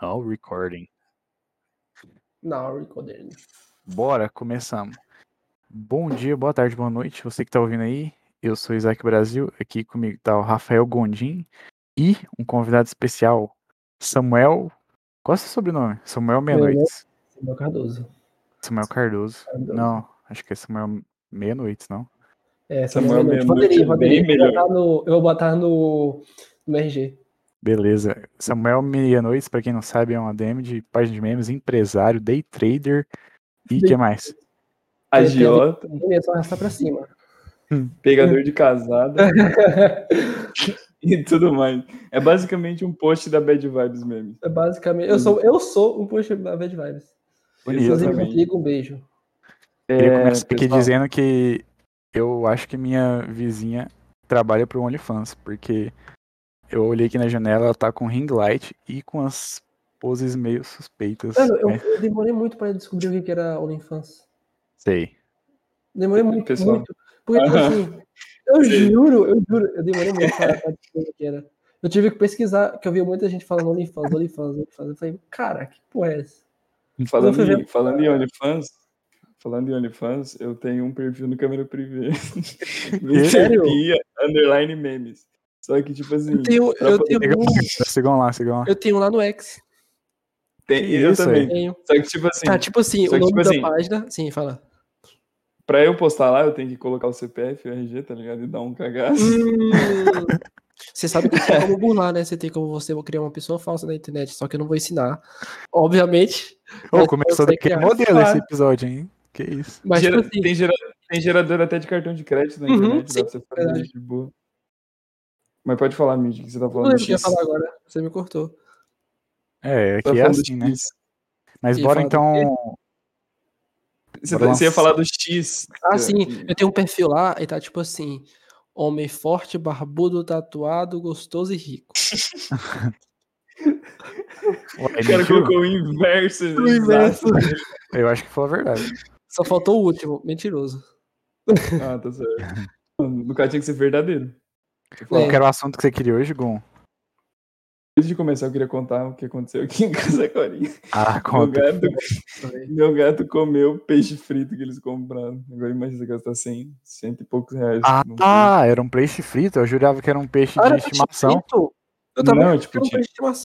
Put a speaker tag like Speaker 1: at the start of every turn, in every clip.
Speaker 1: Now recording.
Speaker 2: Now recording.
Speaker 1: Bora, começamos. Bom dia, boa tarde, boa noite, você que tá ouvindo aí. Eu sou Isaac Brasil, aqui comigo tá o Rafael Gondim e um convidado especial, Samuel. Qual é o seu sobrenome? Samuel Meia-Noites.
Speaker 2: Samuel Cardoso.
Speaker 1: Samuel Cardoso.
Speaker 2: Cardoso.
Speaker 1: Não, acho que é Samuel Meia-Noites, não.
Speaker 2: É,
Speaker 3: Samuel
Speaker 2: Samuel Mendes.
Speaker 3: Meia-Noite
Speaker 2: Poderia,
Speaker 3: é
Speaker 2: poderia. Eu
Speaker 3: bem
Speaker 2: vou
Speaker 3: melhor.
Speaker 2: botar no, eu vou botar no, no RG.
Speaker 1: Beleza. Samuel Meia-Noites, pra quem não sabe, é um ADM de página de memes, empresário, day trader e
Speaker 2: Day
Speaker 1: que mais?
Speaker 3: Agiota,
Speaker 2: Ele é só arrastar pra cima.
Speaker 3: pegador de casada
Speaker 2: É
Speaker 3: e tudo mais. É basicamente um post da Bad Vibes memes.
Speaker 2: É Basicamente, eu sou, eu sou um push da Bad Vibes.
Speaker 1: Bonito.
Speaker 2: Inclusive,
Speaker 3: Exatamente.
Speaker 2: Rodrigo, um beijo.
Speaker 1: Queria
Speaker 3: É,
Speaker 1: começar aqui
Speaker 3: pessoal,
Speaker 1: dizendo que eu acho que minha vizinha trabalha pro OnlyFans, porque eu olhei aqui na janela, ela tá com ring light e com as poses meio suspeitas.
Speaker 2: Mano, eu,
Speaker 1: né?
Speaker 2: eu demorei muito pra descobrir o que que era OnlyFans.
Speaker 1: Sei.
Speaker 2: Demorei muito,
Speaker 3: Pessoal.
Speaker 2: muito. Porque, tipo assim, eu juro, eu juro, eu demorei muito pra, pra descobrir o que era. Eu tive que pesquisar, que eu via muita gente falando OnlyFans, OnlyFans, OnlyFans. Eu falei, cara, que porra é essa?
Speaker 3: Falando,
Speaker 2: Vamos
Speaker 3: em, falando em OnlyFans, falando em OnlyFans, eu tenho um perfil no câmera privê.
Speaker 2: Sério?
Speaker 3: Pia, underline memes. Só que, tipo assim,
Speaker 2: Eu tenho,
Speaker 3: pra
Speaker 2: eu
Speaker 3: poder-
Speaker 2: tenho,
Speaker 1: Sigam
Speaker 2: um-
Speaker 1: sigam lá, sigam lá.
Speaker 2: eu tenho um lá no X.
Speaker 3: tem, eu
Speaker 1: Isso aí.
Speaker 3: também.
Speaker 2: Tenho.
Speaker 3: Só que, tipo assim,
Speaker 2: Tá, tipo assim,
Speaker 3: Só
Speaker 2: o
Speaker 3: que,
Speaker 2: nome
Speaker 3: tipo
Speaker 2: da
Speaker 3: assim-
Speaker 2: página. Sim, fala.
Speaker 3: pra eu postar lá, eu tenho que colocar o CPF e o RG, tá ligado? E dar um
Speaker 2: Uhum.
Speaker 3: cagaço.
Speaker 2: Você sabe que tem como burlar, né? Você tem como você criar uma pessoa falsa na internet, só que eu não vou ensinar. Obviamente.
Speaker 1: Ô,
Speaker 2: mas
Speaker 1: começou
Speaker 2: eu sei
Speaker 1: daquele
Speaker 2: criar.
Speaker 1: modelo
Speaker 3: Claro.
Speaker 1: esse episódio, hein? Que isso.
Speaker 2: Mas, tipo
Speaker 3: Gera-
Speaker 2: assim,
Speaker 3: tem, gera- tem gerador até de cartão de crédito na
Speaker 2: Uhum,
Speaker 3: internet,
Speaker 2: sim,
Speaker 3: dá pra você fazer
Speaker 2: verdade.
Speaker 3: isso de boa. Mas pode falar, Mindy, o que você tá
Speaker 2: não
Speaker 3: falando?
Speaker 2: lembro o que eu ia
Speaker 3: X.
Speaker 2: falar agora. Você me cortou.
Speaker 1: É,
Speaker 3: Tá
Speaker 1: aqui é
Speaker 3: falando do
Speaker 1: assim, né?
Speaker 3: X.
Speaker 1: Mas
Speaker 2: E
Speaker 1: bora
Speaker 2: fala do
Speaker 1: então.
Speaker 3: Você, tá,
Speaker 1: Bora lá.
Speaker 3: você ia falar do X.
Speaker 2: Ah,
Speaker 3: que-
Speaker 2: sim,
Speaker 3: que-
Speaker 2: eu tenho um perfil lá e tá tipo assim: homem forte, barbudo, tatuado, gostoso e rico.
Speaker 1: Ué,
Speaker 3: O cara
Speaker 1: mentiu?
Speaker 3: colocou o inverso. Ah, tá
Speaker 2: O inverso.
Speaker 3: exato.
Speaker 1: Eu acho que foi a verdade.
Speaker 2: Só faltou o último, mentiroso.
Speaker 3: Ah, tá certo. No caso tinha que ser verdadeiro.
Speaker 1: Qual
Speaker 2: É.
Speaker 1: que era o assunto que você queria hoje, Gon?
Speaker 3: Antes de começar, eu queria contar o que aconteceu aqui em casa agora.
Speaker 1: Ah,
Speaker 3: Meu
Speaker 1: conta.
Speaker 3: gato, meu gato comeu peixe frito que eles compraram. Agora imagina que gastar 100, cento e poucos reais.
Speaker 1: Ah,
Speaker 3: num
Speaker 1: tá, era um peixe frito. Eu jurava que era um peixe
Speaker 2: Ah,
Speaker 1: de
Speaker 2: era pra te
Speaker 1: estimação.
Speaker 2: frito? Eu
Speaker 3: Não,
Speaker 2: tava não,
Speaker 3: tipo, tinha-
Speaker 2: pra estimação.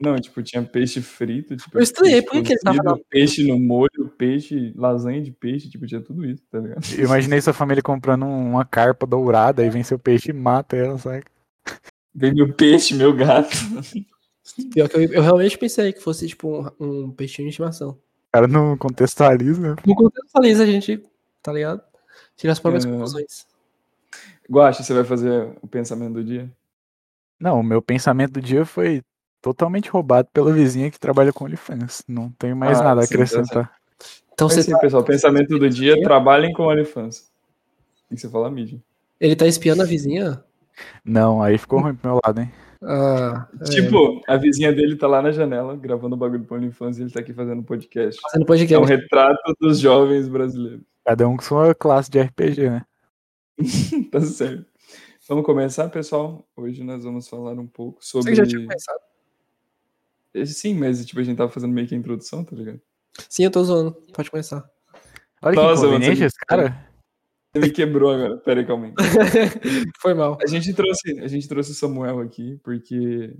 Speaker 3: Não, tipo, tinha peixe frito, tipo.
Speaker 2: Eu estranhei,
Speaker 3: peixe
Speaker 2: por que que ele tava
Speaker 3: cozido,
Speaker 2: na-
Speaker 3: Peixe no molho, peixe, lasanha de peixe, tipo, tinha tudo isso, tá ligado?
Speaker 1: Eu imaginei sua família comprando um- uma carpa dourada e vem seu peixe e mata ela, saca?
Speaker 3: Veio meu peixe, meu gato.
Speaker 2: Pior que eu, eu realmente pensei que fosse tipo um, um peixinho de estimação.
Speaker 1: O cara não contextualiza. né?
Speaker 2: No contextualiza a gente, tá ligado? Tira as próprias
Speaker 3: É.
Speaker 2: conclusões.
Speaker 3: Guacha, você vai fazer o pensamento do dia?
Speaker 1: Não, o meu pensamento do dia foi totalmente roubado pela vizinha que trabalha com OnlyFans. Não tenho mais
Speaker 3: Ah,
Speaker 1: nada a
Speaker 3: sim, tá certo.
Speaker 1: acrescentar.
Speaker 2: Então
Speaker 3: Então,
Speaker 2: você é?
Speaker 3: assim,
Speaker 2: tá-
Speaker 3: pessoal, pensamento do dia, trabalhem com OnlyFans. Tem que você falar, mídia.
Speaker 2: ele tá espiando a vizinha?
Speaker 1: Não, aí ficou ruim pro meu lado, hein?
Speaker 2: Ah, é,
Speaker 3: Tipo, a vizinha dele tá lá na janela, gravando o bagulho pro OnlyFans e ele tá aqui fazendo podcast.
Speaker 2: fazendo
Speaker 3: É um
Speaker 2: podcast.
Speaker 3: retrato dos jovens brasileiros.
Speaker 1: Cada um com sua classe de RPG, né?
Speaker 3: Tá certo. Vamos começar, pessoal? Hoje nós vamos falar um pouco
Speaker 2: Você
Speaker 3: sobre.
Speaker 2: que já tinha pensado?
Speaker 3: Esse Sim, mas tipo, a gente tava fazendo meio que a introdução, tá ligado?
Speaker 2: Sim, eu tô zoando. Pode começar.
Speaker 1: Olha
Speaker 3: Nossa,
Speaker 1: que
Speaker 3: você-
Speaker 1: inconveniente esse cara.
Speaker 3: Você me quebrou agora. Pera aí, calma aí.
Speaker 2: Foi mal.
Speaker 3: A gente trouxe, a gente trouxe o Samuel aqui porque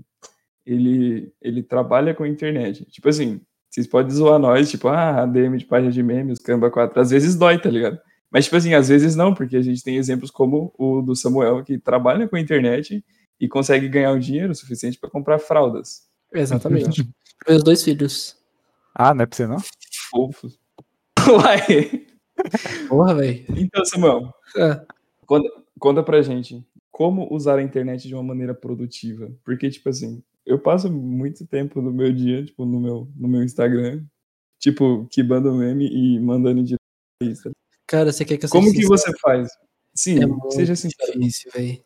Speaker 3: ele, ele trabalha com internet. Tipo assim, vocês podem zoar nós, tipo, ah, ADM de página de memes, Canva 4. Às vezes dói, tá ligado? Mas, tipo assim, às vezes não, porque a gente tem exemplos como o do Samuel, que trabalha com internet e consegue ganhar um dinheiro suficiente para comprar fraldas.
Speaker 2: Exatamente. Meus dois filhos.
Speaker 1: Ah, não é pra você não?
Speaker 3: Fofos. Uai.
Speaker 2: Porra, velho.
Speaker 3: Então, Samuel,
Speaker 2: É.
Speaker 3: Conta pra gente como usar a internet de uma maneira produtiva. Porque, tipo assim, eu passo muito tempo do meu dia, tipo, no meu, no meu Instagram, tipo, quibando meme e mandando de lista.
Speaker 2: Cara, você quer que eu seja
Speaker 3: Como que
Speaker 2: sincero?
Speaker 3: você faz? Sim,
Speaker 2: É muito
Speaker 3: seja sincero.
Speaker 2: difícil, velho.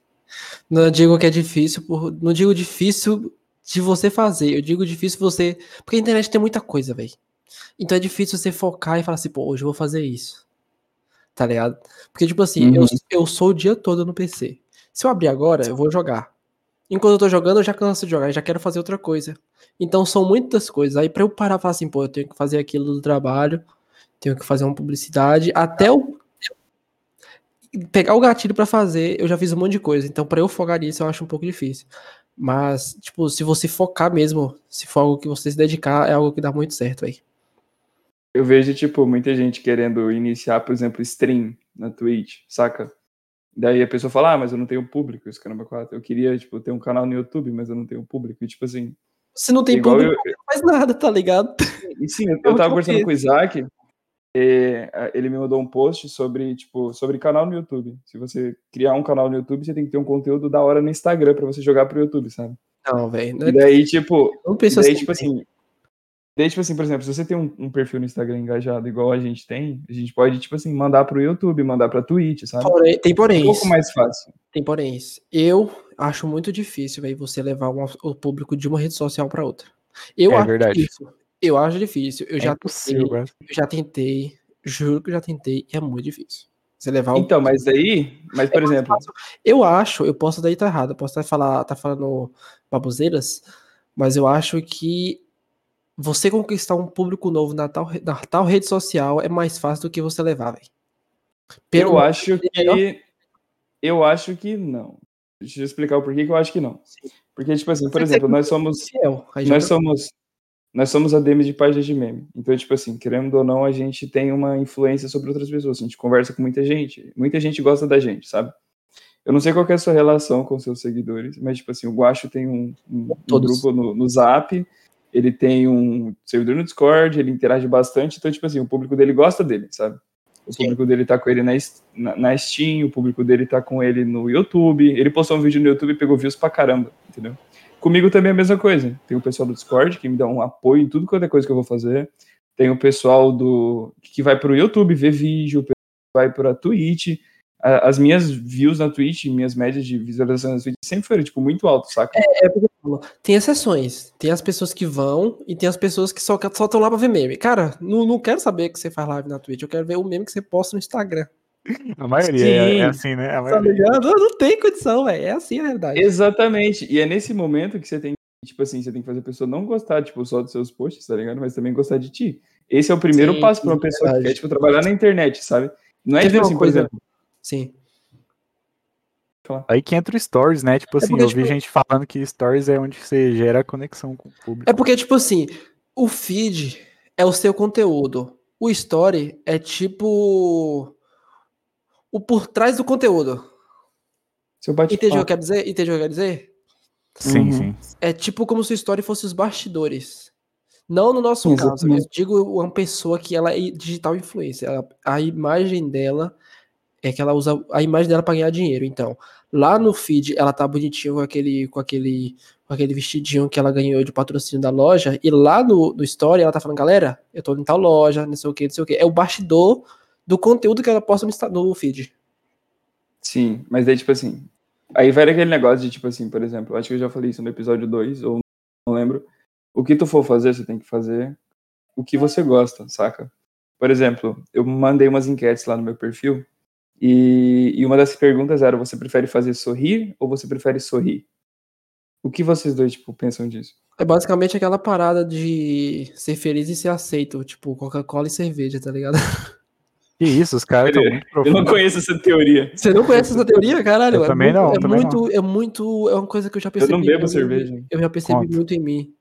Speaker 2: Não digo que é difícil, por... não digo difícil de você fazer, eu digo difícil você. Porque a internet tem muita coisa, velho. Então é difícil você focar e falar assim, pô, hoje eu vou fazer isso. Tá ligado? Porque, tipo assim, eu,
Speaker 3: Uhum.
Speaker 2: eu sou o dia todo no PC. Se eu abrir agora, eu vou jogar. Enquanto eu tô jogando, eu já canso de jogar, eu já quero fazer outra coisa. Então são muitas coisas. Aí pra eu parar e falar assim, pô, eu tenho que fazer aquilo do trabalho, tenho que fazer uma publicidade, até eu pegar o gatilho pra fazer, eu já fiz um monte de coisa. Então pra eu focar nisso, eu acho um pouco difícil. Mas, tipo, se você focar mesmo, se for algo que você se dedicar, é algo que dá muito certo aí.
Speaker 3: Eu vejo, tipo, muita gente querendo iniciar, por exemplo, stream na Twitch, saca? Daí a pessoa fala, ah, mas eu não tenho público, esse caramba, quatro. Eu queria, tipo, ter um canal no YouTube, mas eu não tenho público. E, tipo assim,
Speaker 2: Se não tem
Speaker 3: Igual
Speaker 2: público,
Speaker 3: eu-
Speaker 2: não faz nada, tá ligado?
Speaker 3: E sim, eu,
Speaker 2: É
Speaker 3: eu
Speaker 2: muito
Speaker 3: tava conversando
Speaker 2: difícil.
Speaker 3: com o Isaac, é, a- ele me mandou um post sobre, tipo, sobre canal no YouTube. Se você criar um canal no YouTube, você tem que ter um conteúdo da hora no Instagram pra você jogar pro YouTube, sabe?
Speaker 2: Não, velho. Não,
Speaker 3: E
Speaker 2: é-
Speaker 3: daí, tipo,
Speaker 2: não penso
Speaker 3: daí,
Speaker 2: assim,
Speaker 3: tipo assim. Daí, tipo assim, por exemplo, se você tem um, um perfil no Instagram engajado igual a gente tem, a gente pode, tipo assim, mandar pro YouTube, mandar pra Twitch, sabe?
Speaker 2: porém- tem
Speaker 3: É um
Speaker 2: porém.
Speaker 3: pouco mais fácil.
Speaker 2: Tem porém. Eu acho muito difícil, velho, você levar uma- o público de uma rede social pra outra. Eu
Speaker 1: É
Speaker 2: acho
Speaker 1: verdade.
Speaker 2: difícil. Eu acho difícil. Eu
Speaker 1: é
Speaker 2: já
Speaker 1: impossível,
Speaker 2: tentei,
Speaker 1: cara.
Speaker 2: eu já tentei, juro que eu já tentei, e é muito difícil. Você levar o
Speaker 3: Então, mas daí, mas por
Speaker 2: É mais
Speaker 3: exemplo,
Speaker 2: fácil. Eu acho, eu posso daí estar errado, eu posso estar falar, tá falando baboseiras, mas eu acho que você conquistar um público novo na tal, re- na tal rede social é mais fácil do que você levar, velho.
Speaker 3: eu acho
Speaker 2: é melhor?
Speaker 3: que. Eu acho que não. Deixa eu explicar o porquê que eu acho que não. Porque, tipo assim, por
Speaker 2: Você
Speaker 3: exemplo,
Speaker 2: tem-
Speaker 3: nós somos.
Speaker 2: fiel. Aí já
Speaker 3: Nós
Speaker 2: não-
Speaker 3: somos. Nós somos ADMs de páginas de meme. Então, tipo assim, querendo ou não, a gente tem uma influência sobre outras pessoas. A gente conversa com muita gente. Muita gente gosta da gente, sabe? Eu não sei qual que é a sua relação com seus seguidores, mas, tipo assim, o Guacho tem um, um- um
Speaker 2: Todos.
Speaker 3: grupo no, no Zap, ele tem um servidor no Discord, ele interage bastante. Então, tipo assim, o público dele gosta dele, sabe? O
Speaker 2: Sim.
Speaker 3: público dele tá com ele na, S- na, na Steam, o público dele tá com ele no YouTube. Ele postou um vídeo no YouTube e pegou views pra caramba, entendeu? Comigo também é a mesma coisa. Tem o pessoal do Discord que me dá um apoio em tudo quanto é coisa que eu vou fazer. Tem o pessoal do que vai pro YouTube ver vídeo, o pessoal que vai pra Twitch. A- As minhas views na Twitch, minhas médias de visualização na Twitch sempre foram, tipo, muito alto, saca?
Speaker 2: É porque eu falo, tem exceções. Tem as pessoas que vão e tem as pessoas que só estão lá pra ver meme. Cara, não, não quero saber que você faz live na Twitch. Eu quero ver o meme que você posta no Instagram.
Speaker 1: A maioria é, é
Speaker 3: Sim.
Speaker 1: assim, né? A
Speaker 2: Tá
Speaker 1: maioria.
Speaker 2: ligado? Não tem condição, velho. É assim a realidade.
Speaker 3: Exatamente. E é nesse momento que você tem, que, tipo assim, você tem que fazer a pessoa não gostar, tipo, só dos seus posts, tá ligado? Mas também gostar de ti. Esse é o primeiro
Speaker 2: Sim,
Speaker 3: passo pra uma
Speaker 2: sim,
Speaker 3: pessoa que
Speaker 2: verdade.
Speaker 3: quer, tipo, trabalhar na internet, sabe? Não é,
Speaker 2: Teve
Speaker 3: tipo
Speaker 2: uma
Speaker 3: assim, por
Speaker 2: coisa-
Speaker 3: exemplo,
Speaker 2: Sim.
Speaker 1: Aí que entra o Stories, né?
Speaker 3: É
Speaker 1: Tipo assim,
Speaker 2: porque,
Speaker 1: eu vi
Speaker 2: tipo-
Speaker 1: gente falando que Stories é onde você gera conexão com o público.
Speaker 2: É porque, tipo assim, o feed é o seu conteúdo. O story é tipo. O por trás do conteúdo.
Speaker 3: seu bate-papo.
Speaker 2: Entendeu o que eu quero dizer? Entendeu o que eu quero dizer?
Speaker 1: Sim,
Speaker 3: Uhum.
Speaker 1: sim.
Speaker 2: É tipo como se o story fosse os bastidores. Não no nosso
Speaker 3: Sim,
Speaker 2: caso. Eu
Speaker 3: exatamente.
Speaker 2: digo uma pessoa que ela é digital influencer. Ela- a imagem dela é que ela usa a imagem dela para ganhar dinheiro. Então, lá no feed ela tá bonitinha com aquele, com aquele, com aquele vestidinho que ela ganhou de patrocínio da loja. E lá no, no story ela tá falando, galera, eu tô em tal loja, não sei o que, não sei o que. É o bastidor do conteúdo que ela posta no, Insta- no feed.
Speaker 3: Sim, mas daí, tipo assim. Aí vai aquele negócio de, tipo assim, por exemplo, acho que eu já falei isso no episódio 2, ou não lembro. O que tu for fazer, você tem que fazer o que você gosta, saca? Por exemplo, eu mandei umas enquetes lá no meu perfil, e, e uma das perguntas era: você prefere fazer sorrir ou você prefere sorrir? O que vocês dois, tipo, pensam disso?
Speaker 2: É basicamente aquela parada de ser feliz e ser aceito, tipo Coca-Cola e cerveja, tá ligado?
Speaker 1: Que isso, os caras estão muito
Speaker 3: Eu não
Speaker 1: profundos.
Speaker 3: conheço essa teoria.
Speaker 2: Você não conhece essa teoria, caralho?
Speaker 1: Eu
Speaker 2: é
Speaker 1: também
Speaker 2: muito,
Speaker 1: não,
Speaker 2: é
Speaker 1: também
Speaker 2: muito, é muito, é uma coisa que eu já
Speaker 3: Eu
Speaker 2: percebi.
Speaker 3: não bebo
Speaker 2: muito em mim. né?
Speaker 3: cerveja.
Speaker 2: Eu já percebi
Speaker 1: Conta.
Speaker 2: muito em mim.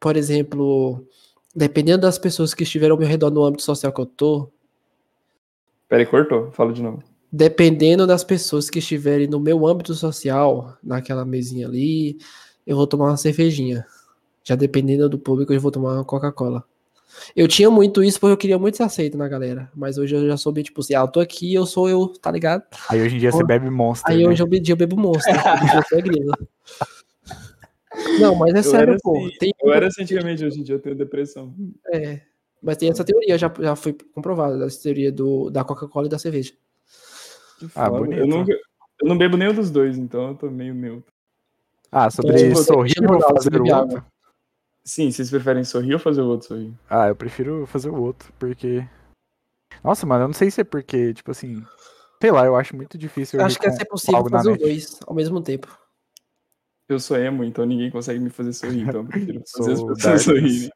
Speaker 2: Por exemplo, dependendo das pessoas que estiveram ao meu redor no âmbito social que eu tô,
Speaker 3: Peraí, cortou? Fala de novo.
Speaker 2: dependendo das pessoas que estiverem no meu âmbito social, naquela mesinha ali, eu vou tomar uma cervejinha. Já dependendo do público, eu vou tomar uma Coca-Cola. Eu tinha muito isso porque eu queria muito ser aceito na galera. Mas hoje eu já soube, tipo assim, ah, eu tô aqui, eu sou eu, tá ligado?
Speaker 1: Aí hoje em dia você
Speaker 2: Porra.
Speaker 1: bebe Monster.
Speaker 2: Aí
Speaker 1: né?
Speaker 2: hoje eu pedi, eu bebo monstro. Você é grilo. Não, mas é
Speaker 3: Eu
Speaker 2: sério,
Speaker 3: era
Speaker 2: pô.
Speaker 3: assim,
Speaker 2: Tem,
Speaker 3: Eu era assim antigamente, hoje em dia eu tenho depressão.
Speaker 2: é, mas tem essa teoria, já, já foi comprovada, essa teoria do, da Coca-Cola e da cerveja.
Speaker 3: Que
Speaker 1: Ah,
Speaker 3: foda.
Speaker 1: bonito.
Speaker 3: Eu,
Speaker 2: né?
Speaker 3: nunca- eu não bebo nenhum dos dois, então eu tô meio neutro.
Speaker 1: Ah, sobre
Speaker 2: Tipo, eu
Speaker 1: sorrir
Speaker 2: tenho
Speaker 1: ou
Speaker 2: moral,
Speaker 1: fazer o
Speaker 2: bebe água.
Speaker 1: outro?
Speaker 3: Sim, vocês preferem sorrir ou fazer o outro sorrir?
Speaker 1: Ah, eu prefiro fazer o outro, porque. Nossa, mano, eu não sei se é porque, tipo assim. Sei lá, eu acho muito difícil. eu
Speaker 2: Acho
Speaker 1: rir
Speaker 2: que é
Speaker 1: com-
Speaker 2: ser
Speaker 1: com
Speaker 2: possível
Speaker 1: algo na
Speaker 2: fazer os
Speaker 1: mente.
Speaker 2: dois ao mesmo tempo.
Speaker 3: Eu sou emo, então ninguém consegue me fazer sorrir. Então eu prefiro fazer as
Speaker 1: Sou
Speaker 3: pessoas
Speaker 1: darkness.
Speaker 3: sorrirem.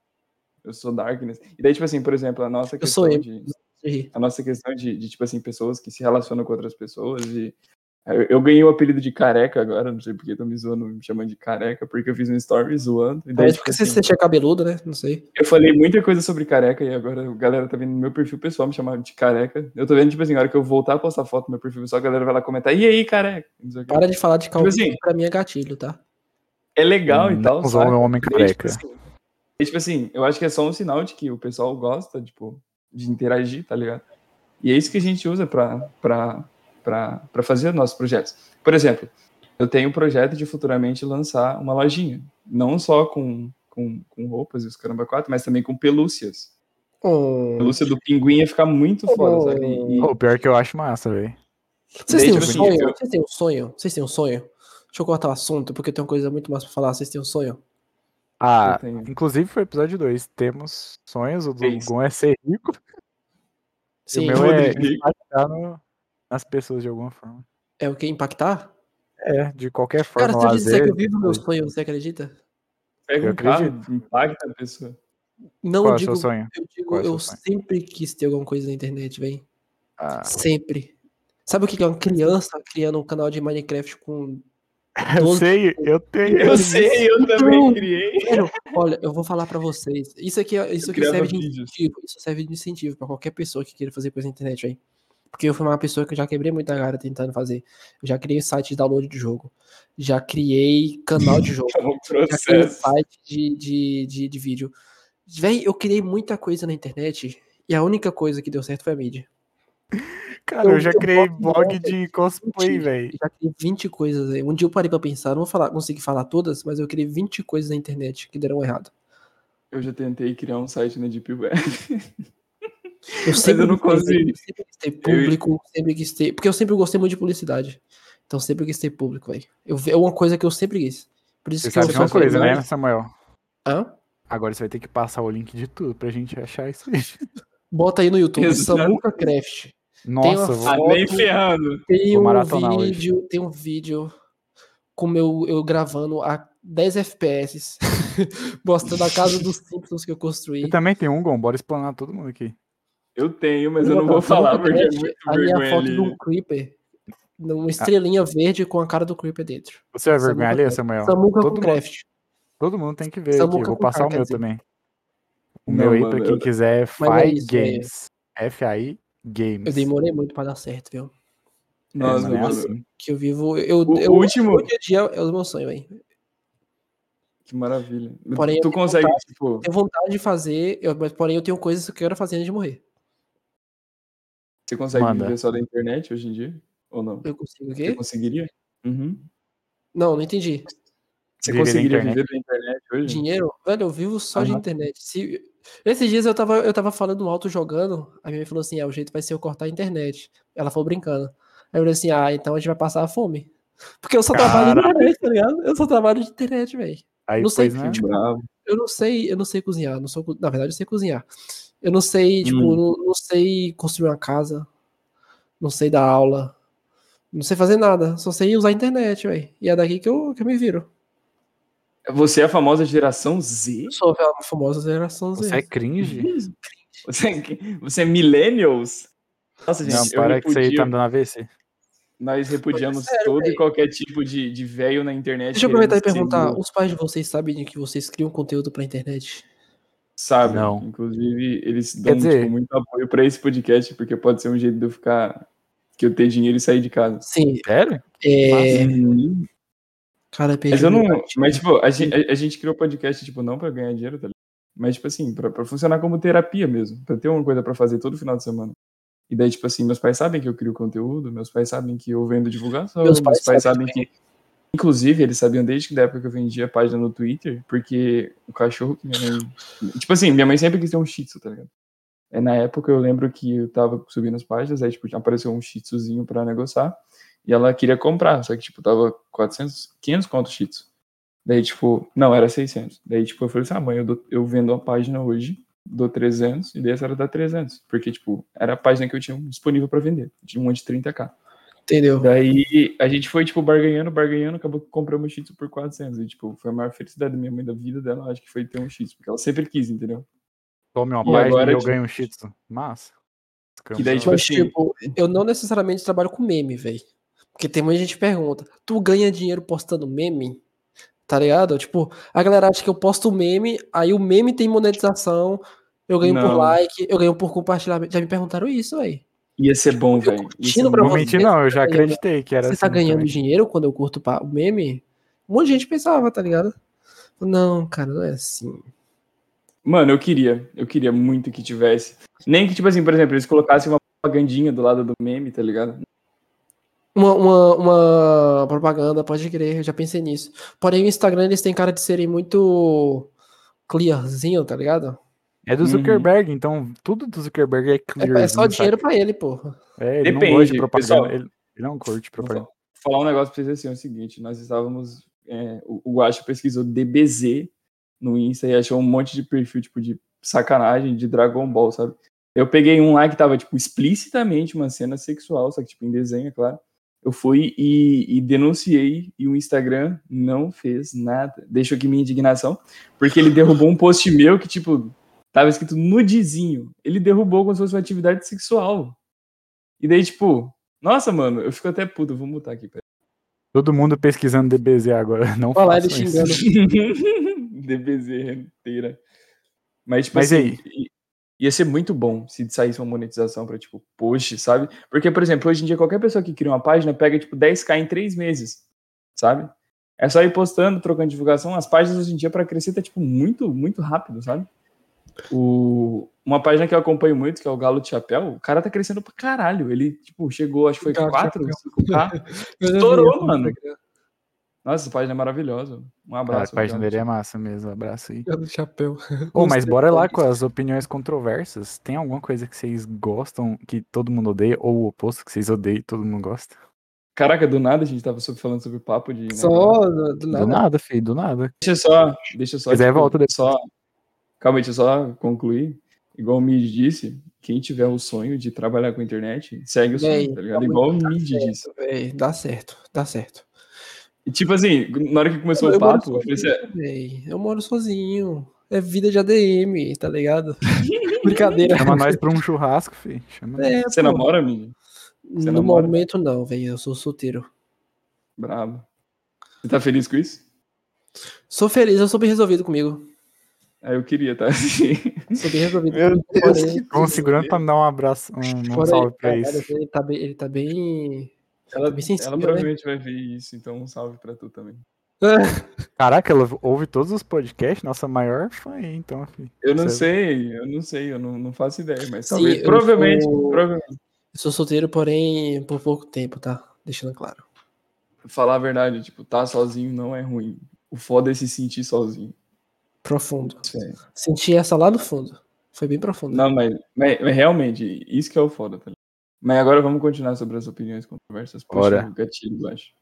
Speaker 3: Eu sou darkness. E daí, tipo assim, por exemplo, a nossa
Speaker 2: Eu sou
Speaker 3: questão
Speaker 2: emo.
Speaker 3: de.
Speaker 2: Sorri.
Speaker 3: a nossa questão de, de, tipo assim, pessoas que se relacionam com outras pessoas e é, eu, eu ganhei o apelido de careca agora, não sei porque estão me zoando, me chamando de careca, porque eu fiz um story zoando. E daí,
Speaker 2: Parece
Speaker 3: tipo
Speaker 2: que
Speaker 3: assim,
Speaker 2: você tinha cabeludo, né? Não
Speaker 1: Tipo
Speaker 2: sei.
Speaker 3: Eu falei muita coisa sobre careca e agora a galera tá vendo no meu perfil pessoal me chamando de careca. Eu tô vendo, tipo assim, na hora que eu voltar a postar foto no meu perfil pessoal, a galera vai lá comentar, e aí, careca? Não sei o quê.
Speaker 2: Para de falar de calma,
Speaker 3: assim,
Speaker 2: pra mim é gatilho, tá?
Speaker 3: É legal e tal,
Speaker 1: Não
Speaker 3: sabe?
Speaker 1: zoa o um homem
Speaker 3: E, tipo,
Speaker 1: careca.
Speaker 3: assim, e, tipo assim, eu acho que é só um sinal de que o pessoal gosta, tipo, de interagir, tá ligado? E é isso que a gente usa pra, pra, pra, pra fazer nossos projetos. Por exemplo, eu tenho um projeto de futuramente lançar uma lojinha. Não só com, com, com roupas e os caramba quatro, mas também com pelúcias. A
Speaker 2: Oh.
Speaker 3: pelúcia do pinguim ia ficar muito foda, sabe? E, e-
Speaker 1: Pô, pior que eu acho massa, velho.
Speaker 2: Vocês têm um
Speaker 3: Tipo assim,
Speaker 2: sonho?
Speaker 3: eu-
Speaker 2: Vocês têm um sonho? Vocês têm um sonho? Deixa eu cortar o assunto, porque tem uma coisa muito mais pra falar. Vocês têm um sonho?
Speaker 1: Ah,
Speaker 3: tenho.
Speaker 1: inclusive foi o episódio 2. Temos sonhos, o do
Speaker 3: Três.
Speaker 1: Gon é ser rico e o
Speaker 2: Sim.
Speaker 1: meu
Speaker 3: Todo
Speaker 1: é
Speaker 3: rico.
Speaker 1: impactar no- nas pessoas de alguma forma.
Speaker 2: É o que? Impactar?
Speaker 1: É, de qualquer forma.
Speaker 2: Cara, se eu disser
Speaker 1: lazer, tipo
Speaker 2: que eu vivo meu
Speaker 1: coisa.
Speaker 2: sonho, você acredita?
Speaker 3: pega
Speaker 1: eu
Speaker 3: um carro, impacta a pessoa.
Speaker 2: Não
Speaker 1: Qual é o
Speaker 2: digo.
Speaker 1: seu sonho?
Speaker 2: Eu digo,
Speaker 1: Qual é o seu
Speaker 2: eu
Speaker 1: sonho?
Speaker 2: sempre quis ter alguma coisa na internet, velho.
Speaker 1: Ah,
Speaker 2: Sempre. Sabe o que que é uma criança criando um canal de Minecraft com.
Speaker 1: eu
Speaker 2: doze-
Speaker 1: sei, eu tenho.
Speaker 3: Eu sei, eu também
Speaker 2: Não.
Speaker 3: criei.
Speaker 2: Sério, olha, eu vou falar pra vocês. Isso aqui, é- isso
Speaker 3: Eu
Speaker 2: aqui
Speaker 3: criava
Speaker 2: serve de
Speaker 3: vídeos.
Speaker 2: incentivo. Isso serve de incentivo pra qualquer pessoa que queira fazer coisa na internet, velho. Porque eu fui uma pessoa que eu já quebrei muita cara tentando fazer. Eu já criei site de download de jogo. Já criei canal de jogo.
Speaker 3: É um
Speaker 2: já criei
Speaker 3: processo.
Speaker 2: site de, de, de, de vídeo. Véi, eu criei muita coisa na internet e a única coisa que deu certo foi a mídia.
Speaker 1: Cara, eu
Speaker 2: Eu
Speaker 1: já
Speaker 2: tenho um
Speaker 1: criei
Speaker 2: blog
Speaker 1: blog
Speaker 2: novo,
Speaker 1: de cosplay,
Speaker 2: Mentira,
Speaker 1: velho.
Speaker 2: eu Já criei 20 coisas aí. Um dia eu parei pra pensar, não vou falar, conseguir falar todas, mas eu criei 20 coisas na internet que deram errado.
Speaker 3: Eu já tentei criar um site na Deep Web.
Speaker 2: Eu sempre
Speaker 3: eu não
Speaker 2: quis ter-
Speaker 3: consigo.
Speaker 2: eu sempre quis ter público, sempre quis ter. Porque eu sempre gostei muito de publicidade. Então sempre quis ter público, velho. Eu- É uma coisa que eu sempre quis. Por isso
Speaker 1: Você
Speaker 2: que eu
Speaker 1: sabe de uma
Speaker 3: faço
Speaker 2: faço-
Speaker 1: coisa, né,
Speaker 3: live.
Speaker 1: Samuel?
Speaker 2: Hã?
Speaker 1: Agora você vai ter que passar o link de tudo pra gente achar isso aí.
Speaker 2: Bota aí no YouTube,
Speaker 3: Exato.
Speaker 2: Samuca Craft.
Speaker 1: Nossa,
Speaker 2: uma
Speaker 1: vou-
Speaker 3: Ah,
Speaker 2: foto.
Speaker 3: nem ferrando.
Speaker 2: Tem
Speaker 1: Vou
Speaker 2: um
Speaker 1: maratonar hoje.
Speaker 2: vídeo, tem um vídeo com meu, eu gravando a 10 FPS, mostrando a casa dos Simpsons que eu construí.
Speaker 1: eu também tenho um, Gon. Bora explanar todo mundo aqui.
Speaker 3: Eu tenho, mas eu não vou
Speaker 2: Samuca
Speaker 3: falar porque é
Speaker 2: Craft,
Speaker 3: muito
Speaker 2: A minha
Speaker 3: vergonha
Speaker 2: foto de
Speaker 3: ali.
Speaker 2: um Creeper, uma estrelinha verde com a cara do Creeper dentro.
Speaker 1: Você vai vergonha
Speaker 2: Samuca
Speaker 1: ali,
Speaker 2: Craft.
Speaker 1: Samuel?
Speaker 2: Samuca
Speaker 1: É, Todo
Speaker 2: com
Speaker 1: mundo,
Speaker 2: Craft.
Speaker 1: todo mundo tem que ver
Speaker 2: Samuca
Speaker 1: aqui. Eu vou
Speaker 2: com
Speaker 1: passar
Speaker 2: K,
Speaker 1: o
Speaker 2: quer
Speaker 1: meu
Speaker 2: dizer.
Speaker 1: também. O
Speaker 3: Não,
Speaker 1: meu aí,
Speaker 3: mano,
Speaker 1: pra quem
Speaker 3: eu-
Speaker 1: quiser, é
Speaker 2: Mas não é
Speaker 1: Fi
Speaker 2: isso, é-
Speaker 1: Games. F-A-I Games.
Speaker 2: Eu demorei muito pra dar certo, viu?
Speaker 1: É,
Speaker 3: Nossa,
Speaker 1: mano, é
Speaker 3: mano.
Speaker 1: assim.
Speaker 2: Que eu vivo. Eu,
Speaker 3: O-
Speaker 2: eu,
Speaker 3: o último-
Speaker 2: o dia a dia é o meu sonho, hein?
Speaker 3: Que maravilha.
Speaker 2: Porém,
Speaker 3: tu
Speaker 2: eu tenho
Speaker 3: consegue,
Speaker 2: vontade.
Speaker 3: tipo.
Speaker 2: Tenho vontade de fazer, eu- mas porém eu tenho coisas que eu quero fazer antes de morrer.
Speaker 3: Você consegue
Speaker 1: Manda.
Speaker 3: viver só da internet hoje em dia? Ou não?
Speaker 2: Eu consigo o
Speaker 3: Você
Speaker 2: quê?
Speaker 3: conseguiria? Uhum.
Speaker 2: Não, não entendi.
Speaker 3: Você
Speaker 1: Viver da
Speaker 3: conseguiria
Speaker 1: internet.
Speaker 3: viver da internet hoje?
Speaker 2: Dinheiro? Velho, eu vivo só de
Speaker 3: Aham.
Speaker 2: internet. Se... Esses dias eu tava, eu tava falando alto jogando, a minha mãe falou assim: ah, o jeito vai ser eu cortar a internet. Ela falou brincando. Aí eu falei assim: ah, então a gente vai passar a fome. Porque eu só trabalho na internet, tá ligado? Eu só trabalho de internet, velho.
Speaker 1: Aí
Speaker 2: Não sei, tipo
Speaker 1: pois, né?
Speaker 3: Que bravo.
Speaker 2: Eu não sei, eu não sei cozinhar, não sou, co- na verdade eu sei cozinhar. Eu não sei, tipo,
Speaker 3: Hum.
Speaker 2: não, não sei construir uma casa, não sei dar aula, não sei fazer nada, só sei usar a internet, velho. E é daqui que eu, que eu me viro.
Speaker 3: Você é a famosa geração Z?
Speaker 2: Eu sou a famosa geração Z.
Speaker 1: Você é cringe?
Speaker 3: Você é, você é millennials? Nossa, gente,
Speaker 1: Não,
Speaker 3: eu
Speaker 1: para que isso aí
Speaker 3: repudio-
Speaker 1: tá me dando AVC.
Speaker 3: Nós repudiamos
Speaker 2: Sério,
Speaker 3: todo
Speaker 2: véi.
Speaker 3: e qualquer tipo de, de velho na internet.
Speaker 2: Deixa eu aproveitar e
Speaker 3: querendo ser
Speaker 2: perguntar,
Speaker 3: guru.
Speaker 2: os pais de vocês sabem de que vocês criam conteúdo pra internet?
Speaker 3: Sabe?
Speaker 1: Não.
Speaker 3: Inclusive, eles
Speaker 1: Quer
Speaker 3: dão
Speaker 1: dizer-
Speaker 3: tipo, muito apoio pra esse podcast, porque pode ser um jeito de eu ficar. que eu ter dinheiro e sair de casa.
Speaker 2: Sim,
Speaker 1: Sério?
Speaker 2: é...
Speaker 3: Uhum.
Speaker 2: Cara, eu perdi
Speaker 3: Mas eu
Speaker 2: o meu
Speaker 3: não.
Speaker 2: gatilho.
Speaker 3: Mas, tipo, a gente, a, a gente criou podcast, tipo, não pra ganhar dinheiro, tá ligado? Mas, tipo assim, pra, pra funcionar como terapia mesmo. Pra ter uma coisa pra fazer todo final de semana. E daí, tipo assim, meus pais sabem que eu crio conteúdo, meus pais sabem que eu vendo divulgação,
Speaker 2: Meus
Speaker 3: meus
Speaker 2: pais
Speaker 3: pais,
Speaker 2: sabem
Speaker 3: sabem que. Inclusive, eles sabiam desde que da época que eu vendia a página no Twitter, porque o cachorro que minha mãe. Tipo assim, minha mãe sempre quis ter um shih tzu, tá ligado? É, na época eu lembro que eu tava subindo as páginas, aí tipo, apareceu um shih tzuzinho pra negociar, e ela queria comprar, só que tipo, tava 400, 500 conto shih tzu. Daí tipo, não, era 600. Daí tipo, eu falei assim, ah mãe, eu, dou- eu vendo a página hoje, dou 300, um e daí a senhora dá 300, porque tipo, era a página que eu tinha disponível pra vender, de uma de 30k.
Speaker 2: Entendeu?
Speaker 3: Daí a gente foi, tipo, barganhando, barganhando, acabou que compramos um Shih Tzu por 400. E, tipo, foi a maior felicidade da minha mãe da vida dela, acho que foi ter um Shih Tzu, porque ela sempre quis, entendeu?
Speaker 1: Tome uma
Speaker 3: E
Speaker 1: página
Speaker 3: agora,
Speaker 1: e eu
Speaker 3: tipo-
Speaker 1: ganho um shih tzu. Massa.
Speaker 3: Que daí, tipo,
Speaker 2: Mas,
Speaker 3: assim-
Speaker 2: tipo, eu não necessariamente trabalho com meme, velho. Porque tem muita gente que pergunta, tu ganha dinheiro postando meme? Tá ligado? Tipo, a galera acha que eu posto meme, aí o meme tem monetização, eu ganho por
Speaker 3: Não.
Speaker 2: like, eu ganho por compartilhamento. Já me perguntaram isso, velho.
Speaker 3: Ia ser bom,
Speaker 2: Eu
Speaker 3: velho. Ia ser
Speaker 2: curtindo pra
Speaker 1: não vou
Speaker 3: muito
Speaker 2: você,
Speaker 1: mentir,
Speaker 2: você
Speaker 1: não. Eu já
Speaker 2: ganhando-
Speaker 1: acreditei que era
Speaker 2: Você
Speaker 1: assim.
Speaker 2: tá ganhando
Speaker 1: também.
Speaker 2: dinheiro quando eu curto pa- o meme? Um monte de gente pensava, tá ligado? Não, cara, não é assim.
Speaker 3: Mano, eu queria. Eu queria muito que tivesse. Nem que, tipo assim, por exemplo, eles colocassem uma propagandinha do lado do meme, tá ligado?
Speaker 2: Uma, uma, uma propaganda, pode crer, eu já pensei nisso. Porém, o Instagram, eles têm cara de serem muito clearzinho, tá ligado?
Speaker 1: É do
Speaker 3: Uhum.
Speaker 1: Zuckerberg, então tudo do Zuckerberg é
Speaker 2: É,
Speaker 1: clear.
Speaker 2: é só dinheiro pra ele, porra.
Speaker 1: É, ele não
Speaker 3: Depende,
Speaker 1: gosta de propaganda.
Speaker 3: pessoal.
Speaker 1: Ele, ele não curte
Speaker 3: Vou
Speaker 1: propaganda.
Speaker 3: falar um negócio pra vocês assim, é o seguinte, nós estávamos, é, o, o Guaxa pesquisou DBZ no Insta e achou um monte de perfil, tipo, de sacanagem, de Dragon Ball, sabe? Eu peguei um lá que tava, tipo, explicitamente uma cena sexual, só que, tipo, em desenho, é claro. Eu fui e, e denunciei e o Instagram não fez nada. Deixou aqui minha indignação, porque ele derrubou um post meu que, tipo, tava escrito nudizinho. Ele derrubou como se fosse uma atividade sexual. E daí, tipo, nossa, mano, eu fico até puto, eu vou mutar aqui, peraí.
Speaker 1: Todo mundo pesquisando DBZ agora. Não
Speaker 2: Olha lá,
Speaker 1: façam
Speaker 2: ele
Speaker 1: isso.
Speaker 2: xingando.
Speaker 3: DBZ inteira. Mas, tipo
Speaker 1: Mas e
Speaker 3: assim, i- ia ser muito bom se saísse uma monetização pra, tipo, post, sabe? Porque, por exemplo, hoje em dia qualquer pessoa que cria uma página pega, tipo, 10k em 3 meses, sabe? É só ir postando, trocando divulgação. As páginas hoje em dia pra crescer tá, tipo, muito, muito rápido, sabe? O... Uma página que eu acompanho muito, que é o Galo de Chapéu, o cara tá crescendo pra caralho. Ele, tipo, chegou, acho que foi
Speaker 2: Galo de
Speaker 3: 4,
Speaker 2: Chapéu.
Speaker 3: 5k. Estourou, mano. Nossa, essa página é maravilhosa. Um
Speaker 1: Cara,
Speaker 3: abraço.
Speaker 1: a página
Speaker 3: Ricardo.
Speaker 1: dele é massa mesmo. Abraço aí.
Speaker 2: Do chapéu.
Speaker 1: Ô, mas
Speaker 2: sei,
Speaker 1: bora lá
Speaker 2: talvez.
Speaker 1: com as opiniões controversas. Tem alguma coisa que vocês gostam que todo mundo odeia? Ou o oposto que vocês odeiam e todo mundo gosta?
Speaker 3: Caraca, do nada a gente tava sobre- falando sobre o papo de. né?
Speaker 2: Só do do
Speaker 1: Do
Speaker 2: nada.
Speaker 1: nada, filho, do nada.
Speaker 3: Deixa eu só. Deixa eu
Speaker 1: Se
Speaker 3: só. tipo,
Speaker 1: quiser, volta depois.
Speaker 3: só Calma, aí, deixa eu só concluir. Igual o Mid disse, quem tiver o sonho de trabalhar com internet, segue o
Speaker 2: Véi,
Speaker 3: sonho, tá ligado?
Speaker 2: tá
Speaker 3: Igual o
Speaker 2: muito-
Speaker 3: Mid
Speaker 2: certo.
Speaker 3: disse.
Speaker 2: Véi, dá certo, dá certo.
Speaker 3: E tipo assim, na hora que começou o
Speaker 2: eu moro
Speaker 3: papo, eu falei assim,
Speaker 2: sozinho, véi, eu moro sozinho. É vida de ADM, tá ligado? Brincadeira.
Speaker 1: Chama nós pra um churrasco, filho. Chama nós.
Speaker 2: É,
Speaker 3: você
Speaker 2: pô.
Speaker 3: namora, Mid? Você
Speaker 2: no
Speaker 3: namora?
Speaker 2: momento não, velho. Eu sou solteiro.
Speaker 3: Brabo. Você tá feliz com isso?
Speaker 2: Sou feliz, eu sou bem resolvido comigo.
Speaker 3: Ah, eu queria, tá? Assim.
Speaker 2: Sou bem resolvido.
Speaker 3: Meu
Speaker 2: comigo,
Speaker 3: Deus,
Speaker 2: porém-
Speaker 1: Vamos segurando pra me dar um abraço, um, um
Speaker 2: porém,
Speaker 1: salve pra
Speaker 2: caralho,
Speaker 1: isso.
Speaker 2: Ele tá bem. Ele tá bem...
Speaker 3: Ela,
Speaker 2: Bem sensível,
Speaker 3: ela
Speaker 2: né?
Speaker 3: provavelmente vai ver isso, então um salve pra tu também.
Speaker 1: Caraca, ela ouve todos os podcasts, nossa maior fã aí, então, filho.
Speaker 3: Eu não
Speaker 1: Você-
Speaker 3: sei, eu não sei, eu não, não faço ideia, mas
Speaker 2: Sim,
Speaker 3: talvez.
Speaker 2: eu
Speaker 3: Provavelmente,
Speaker 2: sou-
Speaker 3: provavelmente.
Speaker 2: Eu sou solteiro, porém, por pouco tempo, tá? Deixando claro.
Speaker 3: Falar a verdade, tipo, tá sozinho não é ruim. O foda é se sentir sozinho.
Speaker 2: Profundo. Senti essa lá no fundo. Foi bem profundo.
Speaker 3: Não, mas, mas- mas realmente, isso que é o foda, tá ligado? Mas agora vamos continuar sobre as opiniões controversas. Puxa,
Speaker 1: Bora.
Speaker 3: o gatilho, eu acho.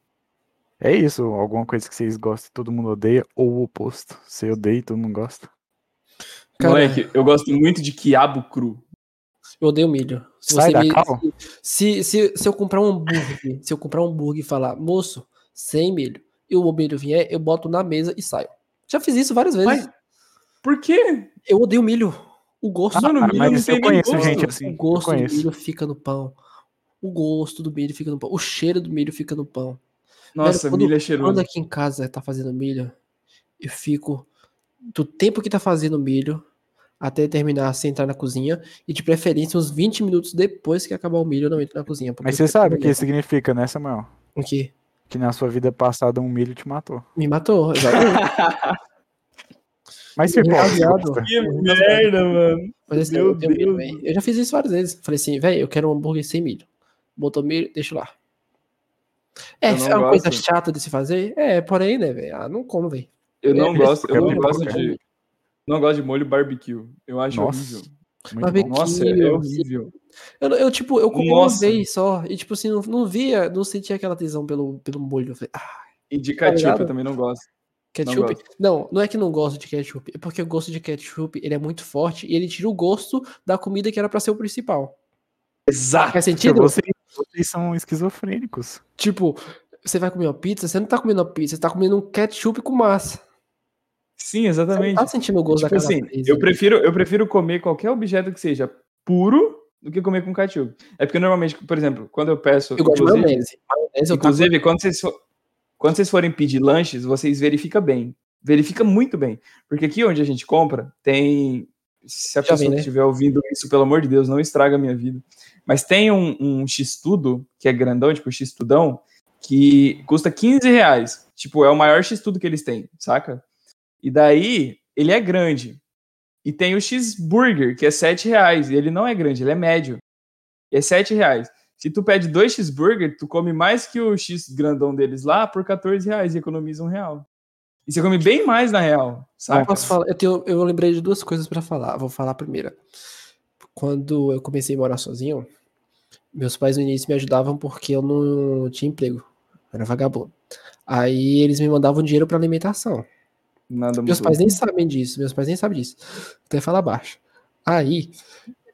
Speaker 1: É isso, alguma coisa que vocês gostam e todo mundo odeia, ou o oposto. Você odeia e todo mundo gosta.
Speaker 2: Cara,
Speaker 3: Moleque, eu gosto muito de quiabo cru.
Speaker 2: eu odeio milho. Se
Speaker 1: Sai
Speaker 2: você
Speaker 1: da
Speaker 2: me-
Speaker 1: cal.
Speaker 2: se, se, se eu comprar um hambúrguer, se eu comprar um hambúrguer e falar, moço, sem milho, e o milho vier, eu boto na mesa e saio. Já fiz isso várias vezes.
Speaker 3: Mas- Por quê?
Speaker 2: Eu odeio milho. O gosto, é
Speaker 3: Mano,
Speaker 1: Ah,
Speaker 3: milho não
Speaker 1: mas
Speaker 3: tem
Speaker 1: eu
Speaker 3: nem
Speaker 1: conheço
Speaker 3: gosto.
Speaker 1: gente assim.
Speaker 2: o
Speaker 1: eu
Speaker 2: gosto do
Speaker 1: conheço.
Speaker 2: milho fica no pão. O gosto do milho fica no pão. O cheiro do milho fica no pão.
Speaker 3: Nossa,
Speaker 2: quando-
Speaker 3: milho é
Speaker 2: Quando
Speaker 3: cheiroso.
Speaker 2: aqui em casa tá fazendo milho, eu fico do tempo que tá fazendo milho até terminar sem entrar na cozinha e de preferência uns 20 minutos depois que acabar o milho eu não entro na cozinha. porque
Speaker 1: Mas
Speaker 2: eu
Speaker 1: você
Speaker 2: fico
Speaker 1: sabe o que
Speaker 2: molhado.
Speaker 1: isso significa, né, Samuel?
Speaker 2: O quê?
Speaker 1: Que na sua vida passada um milho te matou.
Speaker 2: Me matou, exatamente.
Speaker 1: Mas você
Speaker 2: Eu
Speaker 1: pode. você
Speaker 2: rasgado.
Speaker 1: gosta.
Speaker 3: Que merda, mano.
Speaker 2: Mas assim,
Speaker 3: Meu
Speaker 2: eu, tenho milho,
Speaker 3: Deus.
Speaker 2: véi. eu já fiz isso várias vezes. Falei assim, velho, eu quero um hambúrguer sem milho. Botou milho, deixa lá. É, é
Speaker 3: Eu não
Speaker 2: uma coisa
Speaker 3: gosto.
Speaker 2: chata de se fazer? É, porém, né, velho? Ah, não como, velho.
Speaker 3: Eu não
Speaker 1: É,
Speaker 3: gosto, eu
Speaker 1: é
Speaker 3: não
Speaker 1: muito
Speaker 3: gosto
Speaker 1: bom, cara.
Speaker 3: de. Não gosto de molho barbecue. Eu acho
Speaker 1: Nossa.
Speaker 3: horrível.
Speaker 1: Muito
Speaker 2: Mas
Speaker 1: bom.
Speaker 3: Nossa, é
Speaker 2: Horrível.
Speaker 3: horrível.
Speaker 2: Eu, eu, tipo, eu comi uma
Speaker 3: Nossa.
Speaker 2: vez só. E, tipo assim, não, não via, não sentia aquela tesão pelo, pelo molho. Eu falei, ah, Tá
Speaker 3: Indicativo,
Speaker 2: ligado?
Speaker 3: eu também não gosto. Não
Speaker 2: ketchup.
Speaker 3: gosto.
Speaker 2: Não, não, é que não gosto de ketchup. É porque o gosto de ketchup, ele é muito forte e ele tira o gosto da comida que era pra ser o principal.
Speaker 3: Exato.
Speaker 2: Faz sentido?
Speaker 1: Chegou sem Vocês são esquizofrênicos.
Speaker 2: Tipo, você vai comer uma pizza, você não tá comendo uma pizza, você tá comendo um ketchup com massa. Você
Speaker 3: Sim,
Speaker 2: não
Speaker 3: exatamente.
Speaker 2: tá sentindo o gosto
Speaker 3: Tipo
Speaker 2: da
Speaker 3: assim,
Speaker 2: calabresa.
Speaker 3: eu prefiro, eu prefiro comer qualquer objeto que seja puro do que comer com ketchup. É porque normalmente, por exemplo, quando eu peço.
Speaker 2: Eu gosto de
Speaker 3: inclusive-
Speaker 2: maionese. Maionese eu taco
Speaker 3: Inclusive, quando vocês, for- quando vocês forem pedir lanches, vocês verificam bem. Verifica muito bem. Porque aqui onde a gente compra, tem. Se
Speaker 2: Já
Speaker 3: a
Speaker 2: vi,
Speaker 3: pessoa
Speaker 2: né?
Speaker 3: que estiver ouvindo isso, pelo amor de Deus, não estraga a minha vida. Mas tem um, um X-Tudo, que é grandão, tipo X-Tudão, que custa 15 reais. Tipo, é o maior X-Tudo que eles têm, saca? E daí, ele é grande. E tem o X-Burger, que é 7 reais. E ele não é grande, ele é médio. E é 7 reais. Se tu pede dois cheeseburger, tu come mais que o X grandão deles lá por 14 reais e economiza um real. E você come bem mais na real,
Speaker 2: Eu
Speaker 3: saca?
Speaker 2: posso falar, eu, tenho, eu lembrei de duas coisas pra falar. Vou falar a primeira. Quando eu comecei a morar sozinho, meus pais no início me ajudavam porque eu não tinha emprego. Eu era vagabundo. Aí eles me mandavam dinheiro pra alimentação.
Speaker 3: Nada
Speaker 2: Meus
Speaker 3: mudou.
Speaker 2: pais nem sabem disso, meus pais nem sabem disso. Até falar baixo. Aí.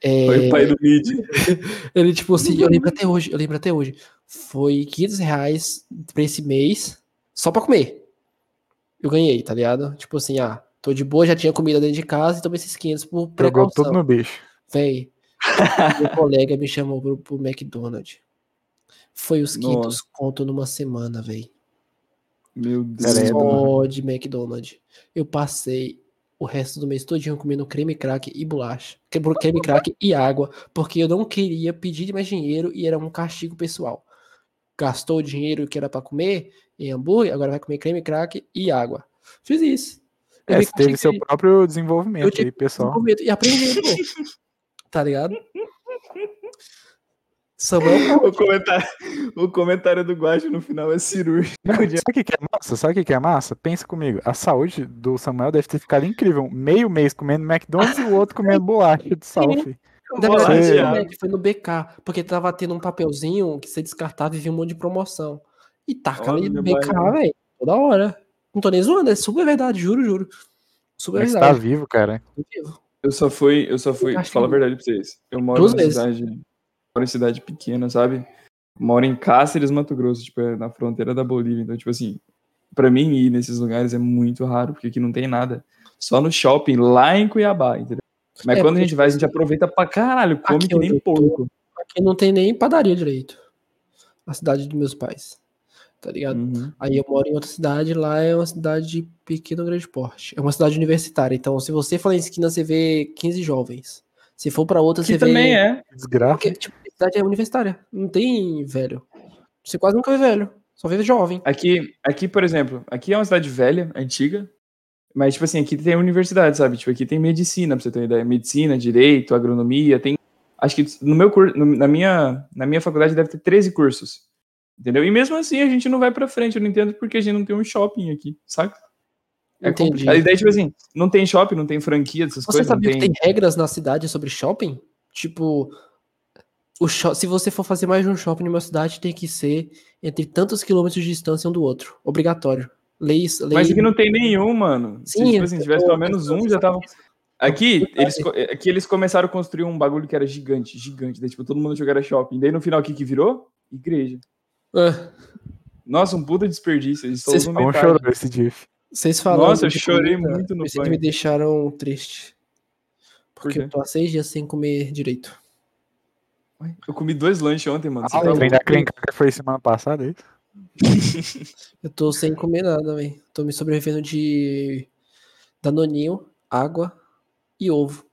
Speaker 2: é,
Speaker 3: Foi o pai do Mid.
Speaker 2: ele, tipo assim, eu lembro até hoje, eu lembro até hoje. Foi 500 reais pra esse mês, só pra comer. Eu ganhei, tá ligado? Tipo assim, ah, tô de boa, já tinha comida dentro de casa, então esses 500 por
Speaker 1: Jogou
Speaker 2: precaução.
Speaker 1: tudo no bicho.
Speaker 2: Véi, meu colega me chamou pro, pro McDonald's. Foi os 500
Speaker 3: Nossa.
Speaker 2: conto numa semana, véi.
Speaker 3: Meu Deus.
Speaker 1: Credo,
Speaker 2: Só de McDonald's. Eu passei o resto do mês todinho comendo creme crack e bolacha. Creme creme crack e água, porque eu não queria pedir mais dinheiro e era um castigo pessoal. Gastou o dinheiro que era pra comer em hambúrguer, agora vai comer creme crack e água. Fiz isso. Eu
Speaker 1: É,
Speaker 2: me
Speaker 1: você teve
Speaker 2: castiguei.
Speaker 1: seu próprio desenvolvimento
Speaker 2: tive
Speaker 1: aí, pessoal.
Speaker 2: Comendo E aprendi, pô. Tá ligado? Samuel,
Speaker 3: O comentário, o comentário do Guacho no final é cirúrgico.
Speaker 1: Sabe o que, que é massa? Sabe o que, que é massa? Pensa comigo. A saúde do Samuel deve ter ficado incrível. Meio mês comendo McDonald's e o outro comendo bolacha de salve.
Speaker 2: Na
Speaker 3: Vou Então lá,
Speaker 1: Sim.
Speaker 2: verdade, foi,
Speaker 3: Thiago.
Speaker 2: né, foi no BK, porque tava tendo um papelzinho que você descartava e vinha um monte de promoção. E taca ali
Speaker 3: Olha,
Speaker 2: no BK,
Speaker 3: Bahia.
Speaker 2: velho, toda hora. Não tô nem zoando, é super verdade, juro, juro. Super
Speaker 1: Mas tá
Speaker 2: verdade.
Speaker 1: vivo, cara.
Speaker 3: Eu só fui, eu só fui,
Speaker 2: Eu acho
Speaker 3: fala a
Speaker 2: que-
Speaker 3: verdade pra vocês. Eu moro
Speaker 2: Duas
Speaker 3: em
Speaker 2: vezes.
Speaker 3: cidade, moro em cidade pequena, sabe? Moro em Cáceres, Mato Grosso, tipo, é na fronteira da Bolívia. Então, tipo assim, pra mim ir nesses lugares é muito raro, porque aqui não tem nada. Só no shopping, lá em Cuiabá, entendeu? Mas
Speaker 2: É,
Speaker 3: quando a
Speaker 2: porque,
Speaker 3: gente vai, a gente aproveita pra caralho, come
Speaker 2: Aqui
Speaker 3: que nem
Speaker 2: onde eu tô,
Speaker 3: porco.
Speaker 2: Aqui não tem nem padaria direito. A cidade dos meus pais. Tá ligado?
Speaker 3: Uhum.
Speaker 2: Aí eu moro em outra cidade, lá é uma cidade de pequeno grande porte. É uma cidade universitária. Então, se você for em esquina, você vê 15 jovens. Se for pra outra,
Speaker 3: Que
Speaker 2: você
Speaker 3: também
Speaker 2: vê.
Speaker 3: é.
Speaker 1: Desgraça.
Speaker 2: Porque, tipo, a cidade é universitária. Não tem velho. Você quase nunca vê velho. Só vê jovem.
Speaker 3: Aqui, aqui, por exemplo, aqui é uma cidade velha, antiga. Mas, tipo assim, aqui tem universidade, sabe? Tipo, aqui tem medicina, pra você ter uma ideia. Medicina, direito, agronomia, tem. Acho que no meu curso, na, minha, na minha faculdade deve ter 13 cursos. Entendeu? E mesmo assim a gente não vai pra frente, eu não entendo porque a gente não tem um shopping aqui, saca? É
Speaker 2: Entendi.
Speaker 3: complicado. E daí, tipo assim, não tem shopping, não tem franquia, essas
Speaker 2: Você
Speaker 3: coisas. não
Speaker 2: sabia
Speaker 3: tem...
Speaker 2: que tem regras na cidade sobre shopping? Tipo, o sho- se você for fazer mais de um shopping numa cidade, tem que ser entre tantos quilômetros de distância um do outro. Obrigatório. Leis, leis.
Speaker 3: Mas aqui não tem nenhum, mano. Se
Speaker 2: Sim,
Speaker 3: tipo assim,
Speaker 2: eu
Speaker 3: tivesse
Speaker 2: tô-
Speaker 3: pelo menos um, já tava. Aqui eles, co- aqui eles começaram a construir um bagulho que era gigante, gigante. Daí, tipo, todo mundo achou que era shopping. Daí no final, o que que virou? Igreja.
Speaker 2: Ah,
Speaker 3: Nossa, um puta desperdício. Eles só
Speaker 2: Vocês
Speaker 3: usam
Speaker 1: Como
Speaker 3: metade.
Speaker 1: chorou Tá um esse GIF.
Speaker 2: vocês falaram.
Speaker 3: Nossa, eu
Speaker 2: de
Speaker 3: chorei
Speaker 2: comida,
Speaker 3: muito no
Speaker 2: vocês
Speaker 3: banho.
Speaker 2: me deixaram triste. Porque
Speaker 3: quê?
Speaker 2: eu tô há seis dias sem comer direito.
Speaker 3: Ué, Eu comi dois lanches ontem, mano. Você
Speaker 1: Ah,
Speaker 3: tá
Speaker 1: o trem
Speaker 3: louco?
Speaker 1: da encrenca foi semana passada, é isso?
Speaker 2: Eu tô sem comer nada, velho. Tô me sobrevivendo de danoninho, água e ovo.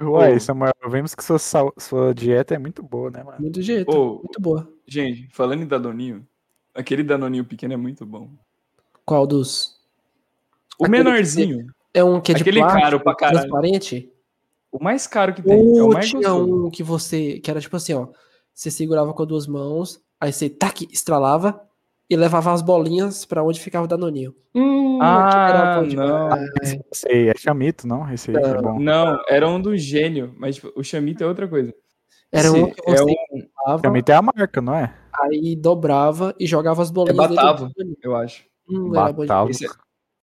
Speaker 1: Uai,
Speaker 3: Ô.
Speaker 1: Samuel, vemos que sua, sau- sua dieta é muito boa, né, mano?
Speaker 2: Muito jeito.
Speaker 3: Ô.
Speaker 2: Muito boa.
Speaker 3: Gente, falando em Danoninho, aquele Danoninho pequeno é muito bom.
Speaker 2: Qual dos?
Speaker 3: O
Speaker 2: Aquele
Speaker 3: menorzinho,
Speaker 2: É um que é de
Speaker 3: Aquele
Speaker 2: plástico,
Speaker 3: caro pra caralho.
Speaker 2: transparente?
Speaker 3: o mais caro que tem. é o
Speaker 2: Ou
Speaker 3: mais
Speaker 2: tinha
Speaker 3: gostoso.
Speaker 2: um que você... Que era tipo assim, ó. Você segurava com as duas mãos, aí você tac, estralava e levava as bolinhas pra onde ficava o danoninho. Hum, aquele
Speaker 3: Ah,
Speaker 2: bom demais.
Speaker 3: não.
Speaker 1: Esse aí é chamito, não? Esse aí é bom.
Speaker 3: Não, era um do gênio, mas tipo, o Chamito é outra coisa.
Speaker 2: Era um
Speaker 3: Esse
Speaker 2: que
Speaker 3: é
Speaker 2: você levava,
Speaker 1: Chamito é a marca, não é?
Speaker 2: aí dobrava e jogava as bolinhas dentro do
Speaker 3: batavo.
Speaker 2: danoninho.
Speaker 3: Eu acho.
Speaker 2: Hum, era bom
Speaker 1: Batal.
Speaker 3: Esse, é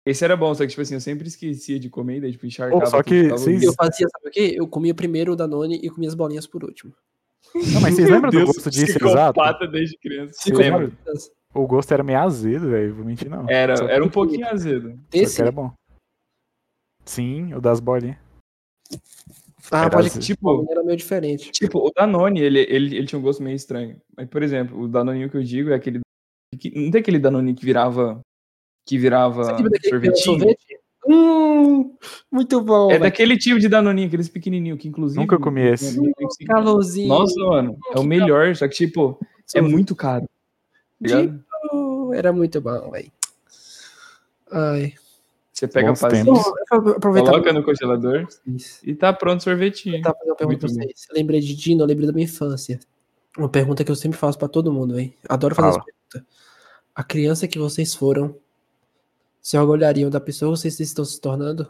Speaker 3: esse era bom, só que, tipo assim, eu sempre esquecia de comer e daí, tipo, encharcava.
Speaker 1: Pô, só
Speaker 3: tudo,
Speaker 1: que
Speaker 3: ficava
Speaker 1: vocês-
Speaker 2: Eu
Speaker 3: horrível.
Speaker 2: fazia, sabe o quê? Eu comia primeiro o Danone e comia as bolinhas por último.
Speaker 1: Não, mas vocês lembram do
Speaker 3: Deus,
Speaker 1: gosto disso exato?
Speaker 3: psicopata desde criança.
Speaker 1: Vocês
Speaker 3: Lembro.
Speaker 1: lembram? O gosto era meio azedo, velho. Vou mentir, não.
Speaker 3: Era,
Speaker 1: Só que-
Speaker 3: era um pouquinho azedo.
Speaker 1: só
Speaker 2: Esse,
Speaker 1: que era bom. Sim, o das bolinhas.
Speaker 2: ah,
Speaker 1: era
Speaker 2: pode
Speaker 1: azedo.
Speaker 3: Tipo,
Speaker 2: era meio diferente.
Speaker 3: tipo, o Danone, ele, ele, ele tinha um gosto meio estranho. Mas, por exemplo, o Danoninho que eu digo é aquele. que- não tem aquele Danone que virava. Que virava
Speaker 2: Você lembra daquele que era
Speaker 3: Ah, sorvetinho?
Speaker 2: sorvete? Hum, muito bom.
Speaker 3: É
Speaker 2: velho.
Speaker 3: daquele tipo de Danoninho, aqueles pequenininho que inclusive. né,
Speaker 1: Nunca comi esse.
Speaker 2: Um calorzinho.
Speaker 3: assim. Nossa, mano, é o melhor, só que, tipo, é muito caro. tá ligado?
Speaker 2: Tipo, Era muito bom, velho. Ai.
Speaker 3: Você pega a
Speaker 1: Bons
Speaker 3: fazinha,
Speaker 1: tempos.
Speaker 2: Bom, eu vou aproveitar
Speaker 3: coloca no congelador
Speaker 2: vocês.
Speaker 3: e tá pronto o sorvetinho.
Speaker 2: Tá, fazer uma pergunta pra
Speaker 3: Muito bom.
Speaker 2: vocês. Lembrei de Dino, eu lembrei da minha infância. Uma pergunta que eu sempre faço pra todo mundo, hein? Adoro fazer
Speaker 1: Fala.
Speaker 2: essa pergunta. A criança que vocês foram, se orgulhariam da pessoa que vocês estão se tornando?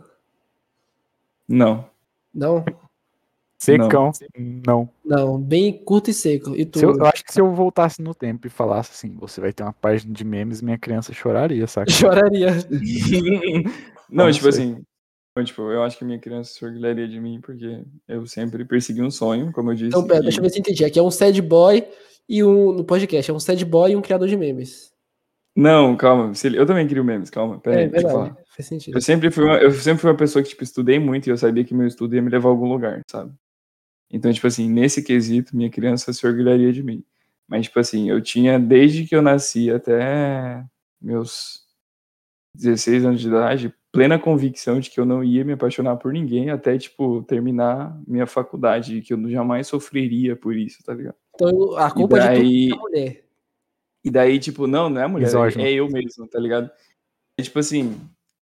Speaker 3: Não.
Speaker 2: Não?
Speaker 1: Secão, não.
Speaker 2: Não, bem curto e seco. E tu?
Speaker 1: Se eu, eu acho que se eu voltasse no tempo e falasse assim, você vai ter uma página de memes, minha criança choraria, saca?
Speaker 2: Choraria.
Speaker 3: não,
Speaker 1: Não
Speaker 3: tipo
Speaker 1: sei.
Speaker 3: assim. eu, Tipo, eu acho que minha criança se orgulharia de mim, porque eu sempre persegui um sonho, como eu disse.
Speaker 2: Então, pera,
Speaker 3: e-
Speaker 2: deixa eu ver se eu entendi. Aqui é um sad boy e um. No podcast, é um sad boy e um criador de memes.
Speaker 3: Não, calma. se- Eu também crio memes, calma. Pera
Speaker 2: É,
Speaker 3: aí, deixa eu
Speaker 2: verdade.
Speaker 3: falar.
Speaker 2: Faz sentido.
Speaker 3: Eu sempre, fui uma, eu sempre fui uma pessoa que, tipo, estudei muito e eu sabia que meu estudo ia me levar a algum lugar, sabe? Então, tipo assim, nesse quesito, minha criança se orgulharia de mim. Mas, tipo assim, eu tinha, desde que eu nasci até meus 16 anos de idade, plena convicção de que eu não ia me apaixonar por ninguém até, tipo, terminar minha faculdade, e que eu jamais sofreria por isso, tá ligado?
Speaker 2: Então eu- a culpa é de
Speaker 3: daí-
Speaker 2: tudo é da mulher.
Speaker 3: E daí, tipo, não, não é a mulher,
Speaker 1: Misógino.
Speaker 3: é eu mesmo, tá ligado? É tipo assim,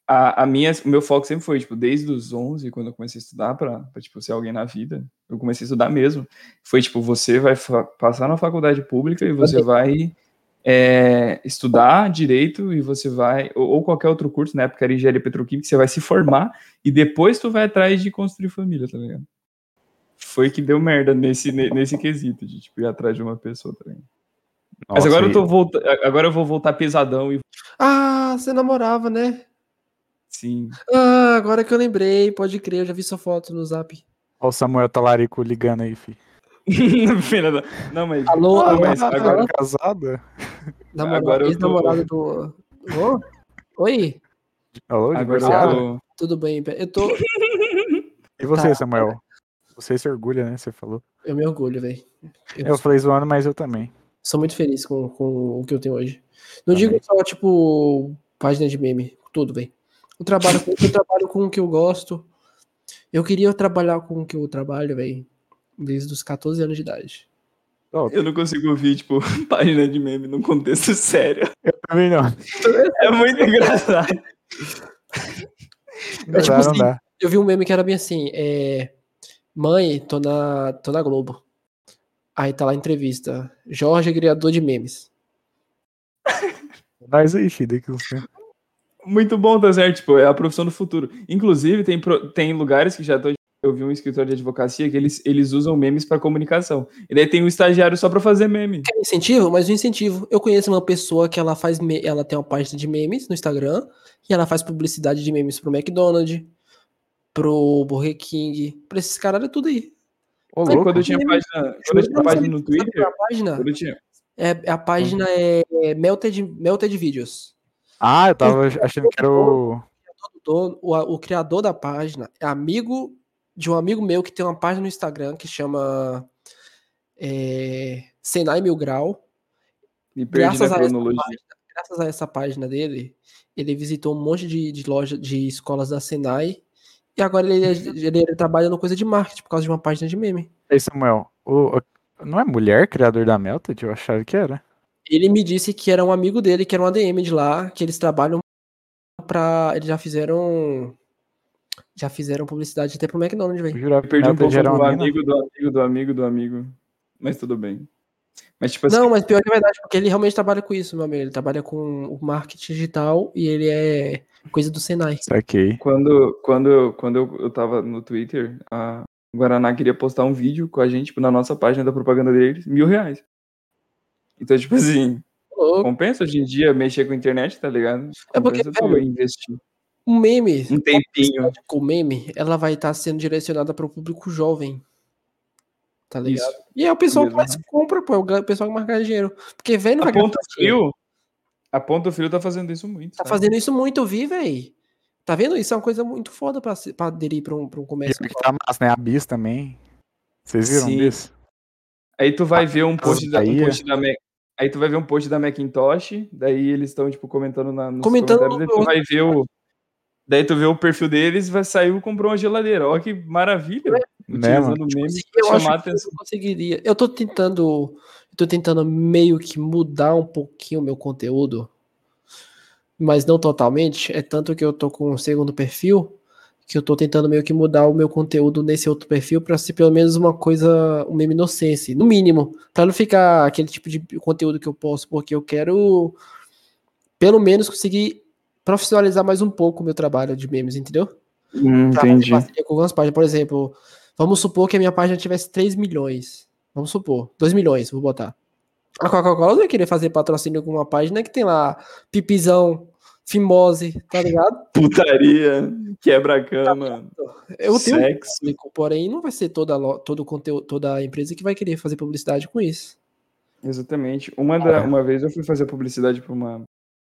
Speaker 3: a, a minha, o meu foco sempre foi, tipo, desde os 11, quando eu comecei a estudar pra, pra, tipo, ser alguém na vida, eu comecei a estudar mesmo. Foi, tipo, você vai fa- passar na faculdade pública e você vai é, estudar direito e você vai, ou, ou qualquer outro curso, na época era engenharia petroquímica, você vai se formar e depois tu vai atrás de construir família, tá ligado? Foi que deu merda nesse, ne- nesse quesito de, tipo, ir atrás de uma pessoa, tá ligado? Mas
Speaker 1: Nossa,
Speaker 3: agora
Speaker 1: e-
Speaker 3: eu tô volta... agora eu vou voltar pesadão e
Speaker 2: Ah, você namorava, né?
Speaker 3: sim.
Speaker 2: Ah, agora que eu lembrei, pode crer, eu já vi sua foto no zap.
Speaker 1: Ó o Samuel Talarico ligando aí, fi.
Speaker 3: Filha da- Não, mas
Speaker 2: Alô,
Speaker 3: Ah,
Speaker 2: alô,
Speaker 3: mas
Speaker 2: alô,
Speaker 3: agora-
Speaker 1: casada?
Speaker 2: namorado,
Speaker 3: agora eu tô-
Speaker 2: ex-namorado do. Ô? Oi,
Speaker 1: Alô,
Speaker 3: agora tá.
Speaker 1: divorciado?
Speaker 3: eu
Speaker 2: tudo bem? pera- Eu tô.
Speaker 1: E você,
Speaker 2: Tá.
Speaker 1: Samuel? Você se orgulha, né? Você falou.
Speaker 2: Eu me orgulho, velho. Eu
Speaker 1: Eu falei zoando, mas eu também.
Speaker 2: sou muito feliz com, com o que eu tenho hoje. Não
Speaker 1: Também.
Speaker 2: digo só, tipo, página de meme, tudo, velho. Eu trabalho, com, eu trabalho com o que eu gosto. Eu queria trabalhar com o que eu trabalho, velho, desde os 14 anos de idade.
Speaker 1: Ó,
Speaker 3: tô... eu não consigo ouvir tipo página de meme num contexto sério.
Speaker 1: também não.
Speaker 3: É muito engraçado.
Speaker 1: Não dá,
Speaker 2: tipo
Speaker 1: não
Speaker 2: assim,
Speaker 1: dá.
Speaker 2: Eu vi um meme que era bem assim, é, mãe, tô na, tô na Globo. Aí tá lá a entrevista. Jorge, é criador de memes.
Speaker 1: Nós aí, fi, daqui a um uns tempos.
Speaker 3: Muito bom, tá certo? Tipo, é a profissão do futuro. Inclusive tem pro- tem lugares que já tô eu vi um escritório de advocacia que eles, eles usam memes pra comunicação. E daí tem um estagiário só pra fazer meme.
Speaker 2: Quer incentivo? Mas um incentivo. Eu conheço uma pessoa que ela faz, me- ela tem uma página de memes no Instagram e ela faz publicidade de memes pro McDonald's, pro Burger King, pra esses caralho tudo aí.
Speaker 1: Ô,
Speaker 3: Aí,
Speaker 1: Tá louco.
Speaker 3: quando eu tinha página, quando eu tinha página no
Speaker 2: Sabe qual é
Speaker 3: Twitter,
Speaker 2: a página?
Speaker 3: quando eu tinha,
Speaker 2: É, a página é, é Melted, Melted Videos.
Speaker 1: Ah, eu tava achando que era o.
Speaker 2: o, dono- o, a- o criador da página é amigo de um amigo meu que tem uma página no Instagram que chama é, Senai Mil Grau.
Speaker 3: me perdi
Speaker 2: Graças
Speaker 3: na
Speaker 2: a essa
Speaker 3: cronologia.
Speaker 2: Graças a essa página dele, ele visitou um monte de, de loja de escolas da Senai. E agora ele, ele, ele trabalha no coisa de marketing por causa de uma página de meme.
Speaker 1: Ei, Samuel. o- o- Não é mulher criador da Melted? Eu achava que era.
Speaker 2: Ele me disse que era um amigo dele, que era um ADM de lá, que eles trabalham pra. Eles já fizeram. Já fizeram publicidade até pro McDonald's, velho.
Speaker 1: Eu jurava
Speaker 3: Eu
Speaker 1: que
Speaker 3: perdi um pouco
Speaker 1: Melted era
Speaker 3: do
Speaker 1: uma mina.
Speaker 3: amigo, do amigo, do amigo, do amigo. Mas tudo bem. Mas, tipo assim,
Speaker 2: Não, mas pior que é verdade, porque ele realmente trabalha com isso, meu amigo. Ele trabalha com o marketing digital e ele é coisa do Senai.
Speaker 1: Saquei.
Speaker 3: quando, quando, eu- quando eu, eu tava no Twitter, a Guaraná queria postar um vídeo com a gente, tipo, na nossa página da propaganda deles, mil reais. Então, tipo assim,
Speaker 2: Ô,
Speaker 3: compensa hoje em dia mexer com a internet, tá ligado?
Speaker 2: É porque,
Speaker 3: Compensa tu
Speaker 2: velho,
Speaker 3: investir
Speaker 2: Um meme,
Speaker 3: um tempinho.
Speaker 2: tá com meme, ela vai estar sendo direcionada para o público jovem. Tá ligado? E é o pessoal que mais compra, pô. É o ga- pessoal que mais ganha dinheiro. Porque, velho, não
Speaker 3: A
Speaker 2: vai ganhar
Speaker 3: Ponta
Speaker 2: dinheiro.
Speaker 3: Frio. A Ponta Frio tá fazendo isso muito.
Speaker 2: Tá
Speaker 3: sabe?
Speaker 2: fazendo isso muito, eu vi, velho. Tá vendo? Isso é uma coisa muito foda pra, se- pra aderir pra um, pra um comércio.
Speaker 1: Pior que tá massa, né? A Bis também. Vocês viram
Speaker 3: Sim.
Speaker 1: Bis?
Speaker 3: Aí tu
Speaker 2: Ah,
Speaker 3: vai ver um post da, um
Speaker 2: é
Speaker 1: Bahia.
Speaker 3: post da Mac. Aí tu vai ver um post da Macintosh, daí eles estão, tipo, comentando na, nos
Speaker 2: Comentando
Speaker 3: comentários, daí tu
Speaker 2: no-
Speaker 3: vai ver o... Daí tu vê o perfil deles, vai sair e comprou uma geladeira. Olha que maravilha.
Speaker 1: Né, mano?
Speaker 3: Utilizando o
Speaker 2: Tipo
Speaker 3: meme
Speaker 2: assim, Eu
Speaker 3: pra
Speaker 2: acho
Speaker 3: chamar a
Speaker 2: que eu
Speaker 3: atenção.
Speaker 2: não conseguiria. Eu tô tentando. eu tô tentando meio que mudar um pouquinho o meu conteúdo. Mas não totalmente. É tanto que eu tô com um segundo perfil. Que eu tô tentando meio que mudar o meu conteúdo nesse outro perfil pra ser pelo menos uma coisa, uma inocência, no mínimo. Pra não ficar aquele tipo de conteúdo que eu posso, porque eu quero pelo menos conseguir profissionalizar mais um pouco o meu trabalho de memes, entendeu? pra fazer parceria com algumas páginas. Por exemplo, vamos supor que a minha página tivesse 3 milhões. Vamos supor, 2 milhões, vou botar. A Coca-Cola não ia querer fazer patrocínio com uma página que tem lá pipizão, fimose, tá ligado?
Speaker 3: Putaria, quebra-cama,
Speaker 2: Eu tenho um
Speaker 3: sexo.
Speaker 2: público, porém não vai ser toda, lo- todo o conteúdo, toda a empresa que vai querer fazer publicidade com isso.
Speaker 3: Exatamente. Uma,
Speaker 1: Ah,
Speaker 3: da,
Speaker 1: é.
Speaker 3: uma vez eu fui fazer publicidade para uma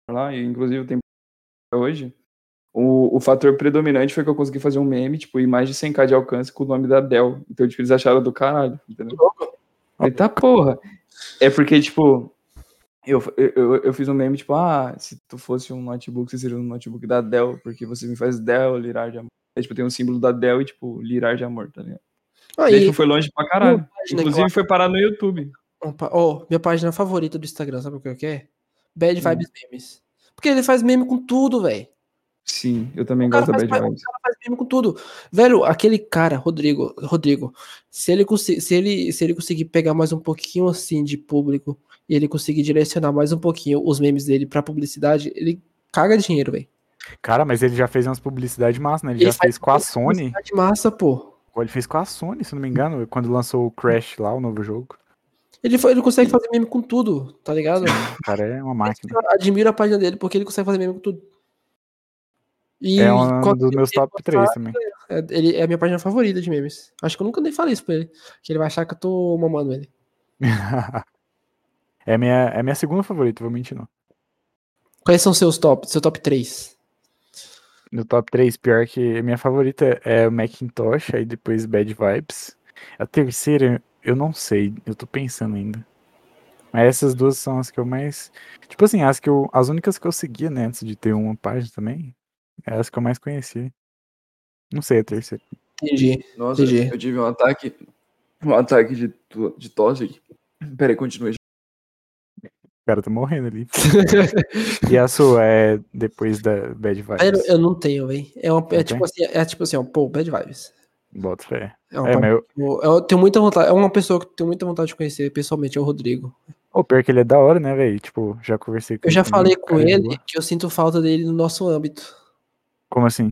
Speaker 3: lá, e inclusive tem hoje. O, o fator predominante foi que eu consegui fazer um meme, tipo, e mais de 100k de alcance com o nome da Dell. Então, tipo, eles acharam do caralho, entendeu? Eita porra! É porque, tipo, eu, eu, eu- eu fiz um meme, tipo, ah, se tu fosse um notebook, você seria um notebook da Dell, porque você me faz Dell, lirar de amor. É, tipo, tem um símbolo da Dell e, tipo, lirar de amor, tá ligado? Daí,
Speaker 2: Aí,
Speaker 3: tipo, foi longe pra caralho.
Speaker 2: uma página que eu
Speaker 3: Inclusive, foi parar no YouTube.
Speaker 2: Opa, ó, minha página favorita do Instagram, sabe o que eu quero? Bad
Speaker 3: Hum.
Speaker 2: Vibes Memes. Porque ele faz meme com tudo, velho.
Speaker 3: Sim, eu também
Speaker 2: O cara
Speaker 3: gosto da
Speaker 2: faz
Speaker 3: Bad
Speaker 2: pa-
Speaker 3: Vibes.
Speaker 2: cara faz meme com tudo. Velho, aquele cara, Rodrigo, Rodrigo, se ele, consi- se, ele, se ele conseguir pegar mais um pouquinho assim de público e ele conseguir direcionar mais um pouquinho os memes dele pra publicidade, ele caga dinheiro, velho.
Speaker 1: Cara, mas ele já fez umas publicidades massa, né? Ele,
Speaker 2: Ele
Speaker 1: já
Speaker 2: faz
Speaker 1: fez com a Sony.
Speaker 2: Publicidade massa, pô.
Speaker 1: Ele fez com a Sony, se não me engano, quando lançou o Crash lá, o novo jogo.
Speaker 2: Ele, fa- ele consegue fazer meme com tudo, tá ligado?
Speaker 1: O cara é uma máquina.
Speaker 2: Eu admiro a página dele porque ele consegue fazer meme com tudo. E
Speaker 1: É um
Speaker 2: quando
Speaker 1: dos
Speaker 2: ele
Speaker 1: meus top
Speaker 2: postar,
Speaker 1: 3 também.
Speaker 2: É, ele é a minha página favorita de memes. Acho que eu nunca nem falei isso pra ele. Que ele vai achar que eu tô mamando ele.
Speaker 1: é, minha, é minha segunda favorita, vou mentir não.
Speaker 2: Quais são seus top? Seu top 3?
Speaker 1: No top 3, pior que minha favorita é o Macintosh, aí depois Bad Vibes. A terceira, eu não sei, eu tô pensando ainda. Mas essas duas são as que eu mais. Tipo assim, as que eu. As únicas que eu seguia, né, antes de ter uma página também. É as que eu mais conhecia. Não sei a terceira.
Speaker 2: Entendi.
Speaker 3: Nossa,
Speaker 2: Entendi.
Speaker 3: eu tive um ataque. Um ataque de, to- de tosse aqui. Peraí, continua.
Speaker 1: O cara tá morrendo ali. E a sua é depois da Bad
Speaker 2: eu,
Speaker 1: Vibes.
Speaker 2: eu não tenho, velho. É, uma- é
Speaker 1: Não
Speaker 2: tipo assim, é tipo assim, ó, pô, bad vibes.
Speaker 1: Bota fé.
Speaker 2: É, uma
Speaker 1: É,
Speaker 2: página
Speaker 1: mas eu-
Speaker 2: que eu, eu tenho muita vontade. É uma pessoa que eu tenho muita vontade de conhecer pessoalmente, é o Rodrigo.
Speaker 1: Ô, pior que ele é da hora, né, velho? Tipo, já conversei com
Speaker 2: Eu já
Speaker 1: também,
Speaker 2: falei
Speaker 1: o
Speaker 2: com
Speaker 1: cara é de
Speaker 2: ele
Speaker 1: boa.
Speaker 2: que eu sinto falta dele no nosso âmbito.
Speaker 1: Como assim?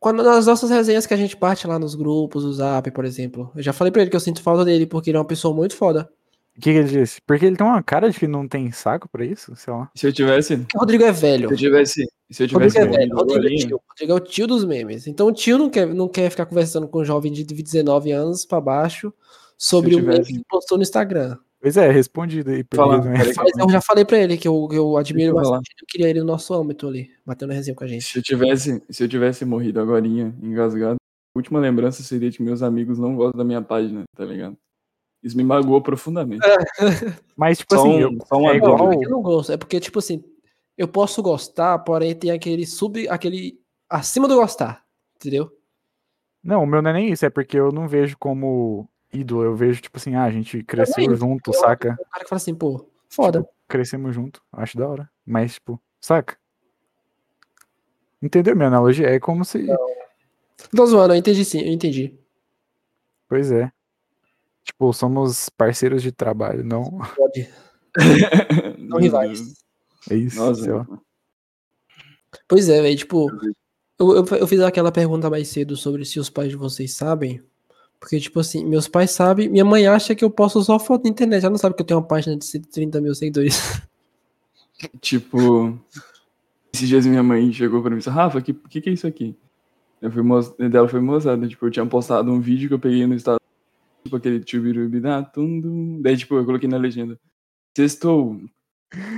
Speaker 2: Quando, nas nossas resenhas que a gente parte lá nos grupos, no zap, por exemplo. Eu já falei pra ele que eu sinto falta dele, porque ele é uma pessoa muito foda.
Speaker 1: O que, que ele disse? Porque ele tem uma cara de que não tem saco pra isso, sei lá.
Speaker 3: Se eu tivesse.
Speaker 2: O Rodrigo é velho.
Speaker 3: Se eu tivesse. Se eu
Speaker 2: Rodrigo
Speaker 3: tivesse.
Speaker 2: é
Speaker 1: bom,
Speaker 2: velho,
Speaker 3: morrido
Speaker 2: Rodrigo é
Speaker 3: agora,
Speaker 2: tio, Rodrigo é o tio dos memes. Então o tio não quer, não quer ficar conversando com um jovem de 19 anos pra baixo sobre
Speaker 3: Se
Speaker 2: o
Speaker 3: eu
Speaker 2: meme
Speaker 3: tivesse-
Speaker 2: que postou no Instagram.
Speaker 1: Pois é, respondido aí pra
Speaker 3: Falar,
Speaker 1: ele, né?
Speaker 3: peraí,
Speaker 2: Mas eu já falei pra ele que eu, que eu admiro
Speaker 3: Deixa eu
Speaker 2: bastante, eu queria ele no nosso âmbito ali, batendo resenha com a gente.
Speaker 3: se eu tivesse. Se eu tivesse morrido agora, engasgado, a última lembrança seria de que meus amigos não gostam da minha página, tá ligado? Isso me magoou profundamente.
Speaker 1: Mas, tipo
Speaker 3: Só
Speaker 1: assim,
Speaker 3: um-
Speaker 1: eu-
Speaker 3: só um
Speaker 1: é
Speaker 3: adendo.
Speaker 2: Não,
Speaker 1: igual.
Speaker 2: não é que eu não gosto, é porque, tipo assim, eu posso gostar, porém tem aquele sub, aquele acima do gostar, entendeu?
Speaker 1: Não, o meu não é nem isso, é porque eu não vejo como ídolo, eu vejo, tipo assim, ah, a gente cresceu
Speaker 2: ídolo,
Speaker 1: junto,
Speaker 2: eu-
Speaker 1: saca?
Speaker 2: O cara que fala assim, pô, foda.
Speaker 1: Crescemos junto, acho da hora. Mas, tipo, saca? Entendeu minha analogia? É como se.
Speaker 2: Tô zoando, eu entendi sim, eu entendi.
Speaker 1: Pois é. Tipo, somos parceiros de trabalho, não.
Speaker 2: Pode, não
Speaker 3: Meu Deus.
Speaker 2: rivais.
Speaker 1: É isso. sei lá.
Speaker 3: Nossa,
Speaker 2: Pois é, velho, tipo, eu, eu, eu fiz aquela pergunta mais cedo sobre se os pais de vocês sabem. Porque, tipo assim, meus pais sabem, minha mãe acha que eu posto só foto na internet. Ela não sabe que eu tenho uma página de 130 mil seguidores.
Speaker 3: Tipo, esses dias minha mãe chegou pra mim e disse, Rafa, o que, que que é isso aqui? Eu fui mos- dela foi mostrada, tipo, eu tinha postado um vídeo que eu peguei no estado Tipo aquele tchubirubidatundo. Daí, tipo, eu coloquei na legenda. Sextou.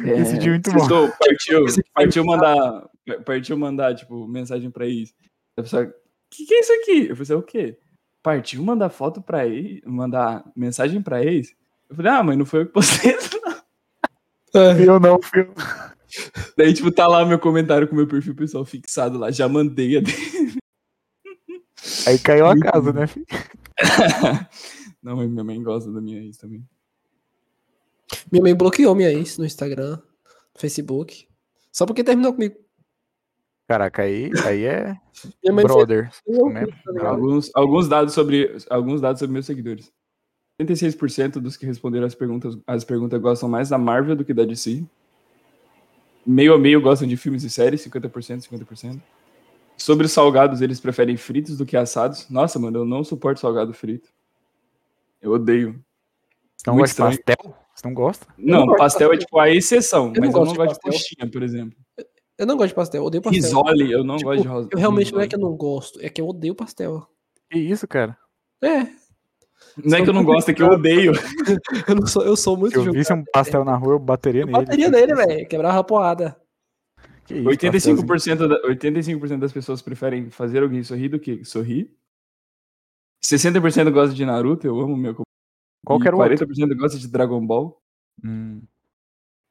Speaker 3: É,
Speaker 1: Esse dia é muito bom.
Speaker 3: sextou, partiu.
Speaker 2: Esse dia é
Speaker 3: Partiu mandar, partiu mandar, tipo, mensagem pra eles. A pessoa, o que, que é isso aqui? Eu falei, "É o quê? Partiu mandar foto pra eles, mandar mensagem pra eles. Eu falei, ah, mas não foi eu que postei isso, não."
Speaker 1: Eu não, filho.
Speaker 3: Daí, tipo, tá lá meu comentário com meu perfil pessoal fixado lá. Já mandei a
Speaker 1: Aí caiu a
Speaker 3: Muito
Speaker 1: casa, né, filho?
Speaker 3: Não, mas minha mãe gosta da minha ex também.
Speaker 2: Minha mãe bloqueou minha ex no Instagram, no Facebook. Só porque terminou comigo.
Speaker 1: Caraca, aí, aí é
Speaker 2: Minha mãe fez-
Speaker 1: brother.
Speaker 2: Eu-
Speaker 1: né?
Speaker 2: tá ligado?
Speaker 3: Alguns, alguns, dados sobre, alguns dados sobre meus seguidores. 36% dos que responderam as perguntas, as perguntas gostam mais da Marvel do que da DC. Meio a meio gostam de filmes e séries, 50%, 50%. Sobre os salgados, eles preferem fritos do que assados. Nossa, mano, eu não suporto salgado frito. Eu odeio.
Speaker 1: Você não
Speaker 3: Muito
Speaker 1: gosta de pastel? Você não gosta?
Speaker 3: Não,
Speaker 2: gosto de
Speaker 3: pastel é
Speaker 2: pastel.
Speaker 3: tipo a exceção,
Speaker 2: Eu não
Speaker 3: mas eu
Speaker 2: gosto
Speaker 3: não
Speaker 2: de
Speaker 3: gosto de
Speaker 2: pastel.
Speaker 3: coxinha, por exemplo.
Speaker 2: Eu não gosto de pastel, eu odeio pastel.
Speaker 3: Risole, eu não
Speaker 2: Tipo,
Speaker 3: gosto de rosa.
Speaker 2: Eu realmente não é que
Speaker 3: né?
Speaker 2: eu não gosto, é que eu odeio pastel.
Speaker 1: Que isso, cara?
Speaker 2: É,
Speaker 3: Não é que eu não gosto, é que eu odeio.
Speaker 2: eu, não sou, eu sou muito
Speaker 1: Se eu
Speaker 2: julgado.
Speaker 1: visse um pastel na rua, eu bateria
Speaker 2: Eu
Speaker 1: nele.
Speaker 2: bateria
Speaker 1: cara.
Speaker 2: nele,
Speaker 3: né?
Speaker 2: velho. Quebrava a poada.
Speaker 1: Que isso,
Speaker 2: tá
Speaker 3: 85%, da, 85 das pessoas preferem fazer alguém sorrir do que sorrir. 60% gosta de Naruto, eu amo meu. combo.
Speaker 1: Qual que
Speaker 3: E
Speaker 1: era o outro?
Speaker 3: 40% gosta de Dragon Ball.
Speaker 1: Hum,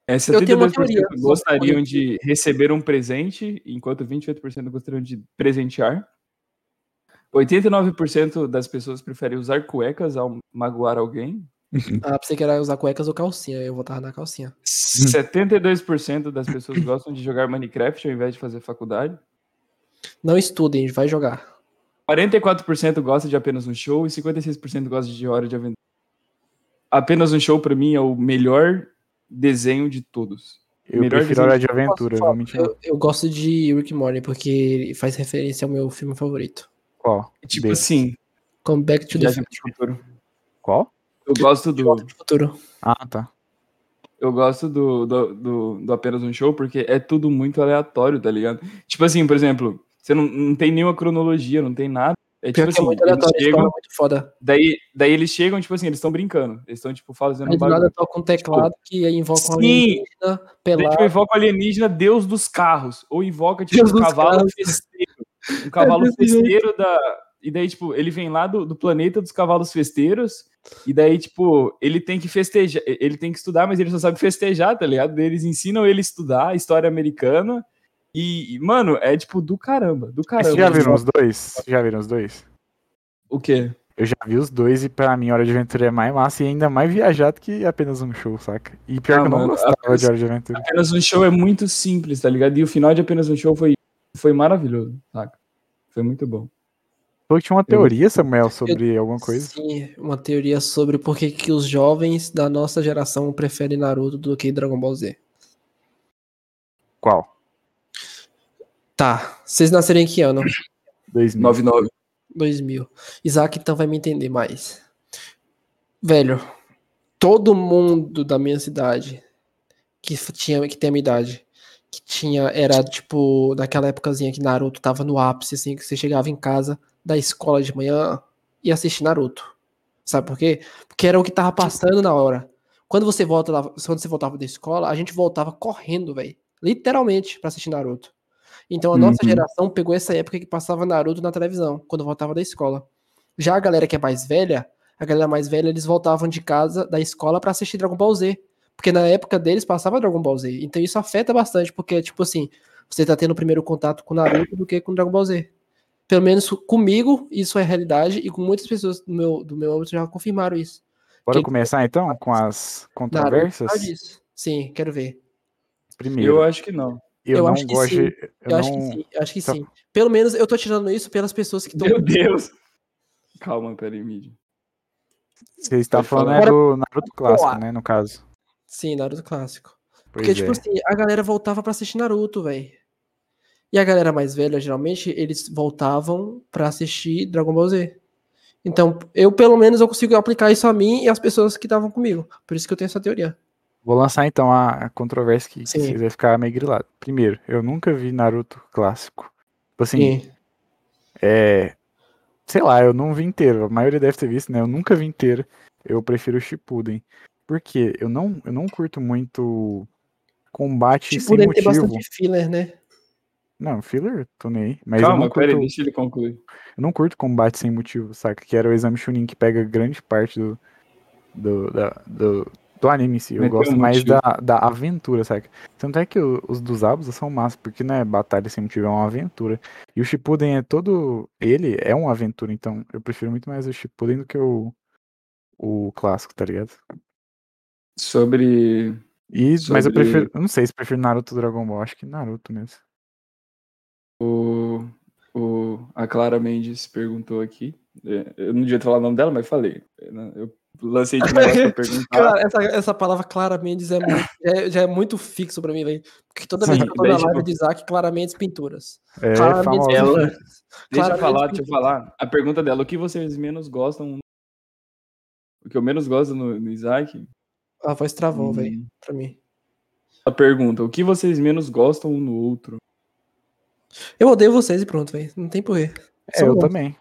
Speaker 3: É,
Speaker 2: tenho uma
Speaker 3: 72%
Speaker 2: teoria.
Speaker 3: gostariam de receber um presente, enquanto 28% gostariam de presentear. 89% das pessoas preferem usar cuecas ao magoar alguém.
Speaker 2: Ah, pra você querer usar cuecas ou calcinha, eu votava na calcinha.
Speaker 3: 72% das pessoas gostam de jogar Minecraft ao invés de fazer faculdade.
Speaker 2: Não estudem, vai jogar.
Speaker 3: 44% gosta de apenas um show e 56% gosta de Hora de Aventura. Apenas um show, pra mim, é o melhor desenho de todos.
Speaker 1: eu
Speaker 3: Melhor
Speaker 1: prefiro
Speaker 3: desenho
Speaker 1: Hora de Aventura,
Speaker 2: Posso
Speaker 1: não
Speaker 2: falar?
Speaker 3: Uhum.
Speaker 1: mentir.
Speaker 2: Eu, eu gosto de Rick and Morty porque ele faz referência ao meu filme favorito.
Speaker 1: Qual?
Speaker 2: É
Speaker 3: Tipo
Speaker 1: Desse.
Speaker 3: assim,
Speaker 2: Come Back to the
Speaker 3: Viagem
Speaker 2: Future.
Speaker 3: pro Futuro.
Speaker 1: Qual?
Speaker 3: Eu gosto
Speaker 2: De Volta
Speaker 3: do,
Speaker 2: pro Futuro.
Speaker 1: Ah, tá.
Speaker 3: eu gosto do, do, do, do apenas um show porque é tudo muito aleatório, tá ligado? Tipo assim, por exemplo, você não, não tem nenhuma cronologia, não tem nada. É
Speaker 2: Pior
Speaker 3: tipo
Speaker 2: que é
Speaker 3: assim,
Speaker 2: muito
Speaker 3: eles
Speaker 2: aleatório, a história é
Speaker 3: chegam,
Speaker 2: muito foda.
Speaker 3: daí, daí eles chegam, tipo assim, eles estão brincando. Eles estão, tipo, fazendo
Speaker 2: Aí
Speaker 3: um
Speaker 2: do
Speaker 3: bagulho.
Speaker 2: nada toca um teclado que invoca um
Speaker 3: sim.
Speaker 2: uma alienígena
Speaker 3: Daí,
Speaker 2: pelada.
Speaker 3: tipo, invoca o alienígena, deus dos carros. Ou invoca, tipo,
Speaker 2: Deus
Speaker 3: um
Speaker 2: dos
Speaker 3: cavalo
Speaker 2: carros. É
Speaker 3: festeiro. Um cavalo
Speaker 2: desse jeito.
Speaker 3: festeiro da. E daí, tipo, ele vem lá do, do planeta dos cavalos festeiros. E daí, tipo, ele tem que festejar. Ele tem que estudar, mas ele só sabe festejar, tá ligado? Daí Eles ensinam ele a estudar a história americana. E, e, mano, é tipo do caramba, do
Speaker 1: Mas
Speaker 3: caramba.
Speaker 1: Vocês já viram os dois? Vocês Já viram os dois?
Speaker 3: O quê?
Speaker 1: Eu já vi os dois e pra mim Hora de Aventura é mais massa e ainda mais viajado que apenas um show, saca? E pior
Speaker 3: Ah,
Speaker 1: que eu não
Speaker 3: mano,
Speaker 1: gostava
Speaker 3: apenas-
Speaker 1: de Hora de Aventura.
Speaker 3: Apenas um show é muito simples, tá ligado? E o final de apenas um show foi, foi maravilhoso, saca? Foi muito bom.
Speaker 1: Falou que tinha uma teoria, Samuel, sobre alguma coisa.
Speaker 2: Sim, uma teoria sobre por que, que os jovens da nossa geração preferem Naruto do que Dragon Ball Z.
Speaker 1: Qual?
Speaker 2: Tá, vocês nasceram em que ano?
Speaker 1: 2000.
Speaker 3: 99.
Speaker 2: 2000. Isaac então vai me entender mais. Velho, todo mundo da minha cidade que f- tinha que tem a minha idade, que tinha era tipo daquela épocazinha que Naruto tava no ápice assim, que você chegava em casa da escola de manhã e assistia Naruto. Sabe por quê? Porque era o que tava passando na hora. Quando você volta lá- quando você voltava da escola, a gente voltava correndo, velho, literalmente pra assistir Naruto. Então a nossa
Speaker 3: Uhum.
Speaker 2: geração pegou essa época que passava Naruto na televisão, quando voltava da escola. Já a galera que é mais velha, a galera mais velha, eles voltavam de casa, da escola, pra assistir Dragon Ball Z. Porque na época deles passava Dragon Ball Z. Então isso afeta bastante, porque, tipo assim, você tá tendo primeiro contato com Naruto do que com Dragon Ball Z. Pelo menos comigo, isso é realidade, e com muitas pessoas do meu, do meu âmbito já confirmaram isso.
Speaker 1: Bora
Speaker 2: Quem- é?
Speaker 1: começar então com as
Speaker 2: Naruto
Speaker 1: controvérsias?
Speaker 2: sabe disso. Sim, quero ver.
Speaker 1: Primeiro,
Speaker 3: Eu
Speaker 1: eu,
Speaker 3: acho que não.
Speaker 2: eu
Speaker 1: não
Speaker 2: acho que
Speaker 1: gosto.
Speaker 2: sim.
Speaker 1: de- Eu,
Speaker 2: Eu,
Speaker 1: não...
Speaker 2: acho que sim, eu acho que
Speaker 1: Tá.
Speaker 2: sim. Pelo menos eu tô tirando isso pelas pessoas que estão
Speaker 3: Meu Deus! Calma, peraí, mídia.
Speaker 1: Você está
Speaker 3: Pode
Speaker 1: falando
Speaker 3: falar.
Speaker 1: é do Naruto clássico,
Speaker 2: Boa.
Speaker 1: né? No caso.
Speaker 2: Sim, Naruto clássico.
Speaker 1: Pois
Speaker 2: Porque,
Speaker 1: é.
Speaker 2: tipo assim, a galera voltava pra assistir Naruto, velho. E a galera mais velha, geralmente, eles voltavam pra assistir Dragon Ball Z. Então, eu, pelo menos, eu consigo aplicar isso a mim e às pessoas que estavam comigo. Por isso que eu tenho essa teoria.
Speaker 1: Vou lançar então a, a controvérsia que
Speaker 2: Sim.
Speaker 1: vocês vão ficar meio grilados. Primeiro, eu nunca vi Naruto clássico. Tipo assim,
Speaker 2: Sim.
Speaker 1: é, sei lá, eu não vi inteiro. A maioria deve ter visto, né? Eu nunca vi inteiro. Eu prefiro o Shippuden. Por quê? Eu não, eu não curto muito combate
Speaker 2: Tipo,
Speaker 1: sem
Speaker 2: deve ter
Speaker 1: motivo.
Speaker 2: bastante filler, né?
Speaker 1: Não, filler, tô nem aí. Mas eu,
Speaker 3: Calma,
Speaker 1: não curto,
Speaker 3: peraí, deixa ele concluir.
Speaker 1: eu não curto combate sem motivo, saca? Que era o exame Chunin que pega grande parte do, do, da- do, do anime em si. Eu
Speaker 3: Meteu
Speaker 1: gosto
Speaker 3: um
Speaker 1: mais
Speaker 3: motivo.
Speaker 1: da, da aventura, saca? Tanto é que o- os dos Abusa são massa, porque não é batalha sem motivo, é uma aventura. E o Shippuden é todo... Ele é uma aventura, então eu prefiro muito mais o Shippuden do que o, o clássico, tá ligado?
Speaker 3: Sobre.
Speaker 1: E, Mas eu
Speaker 3: Sobre-
Speaker 1: prefiro... Eu não sei se eu prefiro Naruto ou Dragon Ball. Acho que Naruto mesmo.
Speaker 3: O, o- a Clara Mendes perguntou aqui. É, Eu não devia falar o nome dela, mas falei. É, né, Eu lancei de negócio pra perguntar.
Speaker 2: Cara, essa, essa palavra Clara Mendes é muito- é- já é muito fixo pra mim, velho. Porque toda vez
Speaker 3: Sim,
Speaker 2: que eu tô na
Speaker 3: daí,
Speaker 2: live
Speaker 3: tipo-
Speaker 2: de Isaac, Clara Mendes Pinturas.
Speaker 1: É,
Speaker 2: Clara
Speaker 1: famoso.
Speaker 2: Mendes
Speaker 3: Ela-
Speaker 2: Pinturas.
Speaker 3: Deixa eu
Speaker 2: Claramente
Speaker 3: falar, deixa eu
Speaker 2: pintou.
Speaker 3: falar. A pergunta dela, o que vocês menos gostam? O que eu menos gosto no, no Isaac?
Speaker 2: A voz travou,
Speaker 3: Hum,
Speaker 2: velho, pra mim.
Speaker 3: Ela pergunta, o que vocês menos gostam um no outro?
Speaker 2: Eu odeio vocês e pronto, velho. Não tem porquê.
Speaker 1: É,
Speaker 2: Só
Speaker 1: eu
Speaker 2: não-
Speaker 1: também.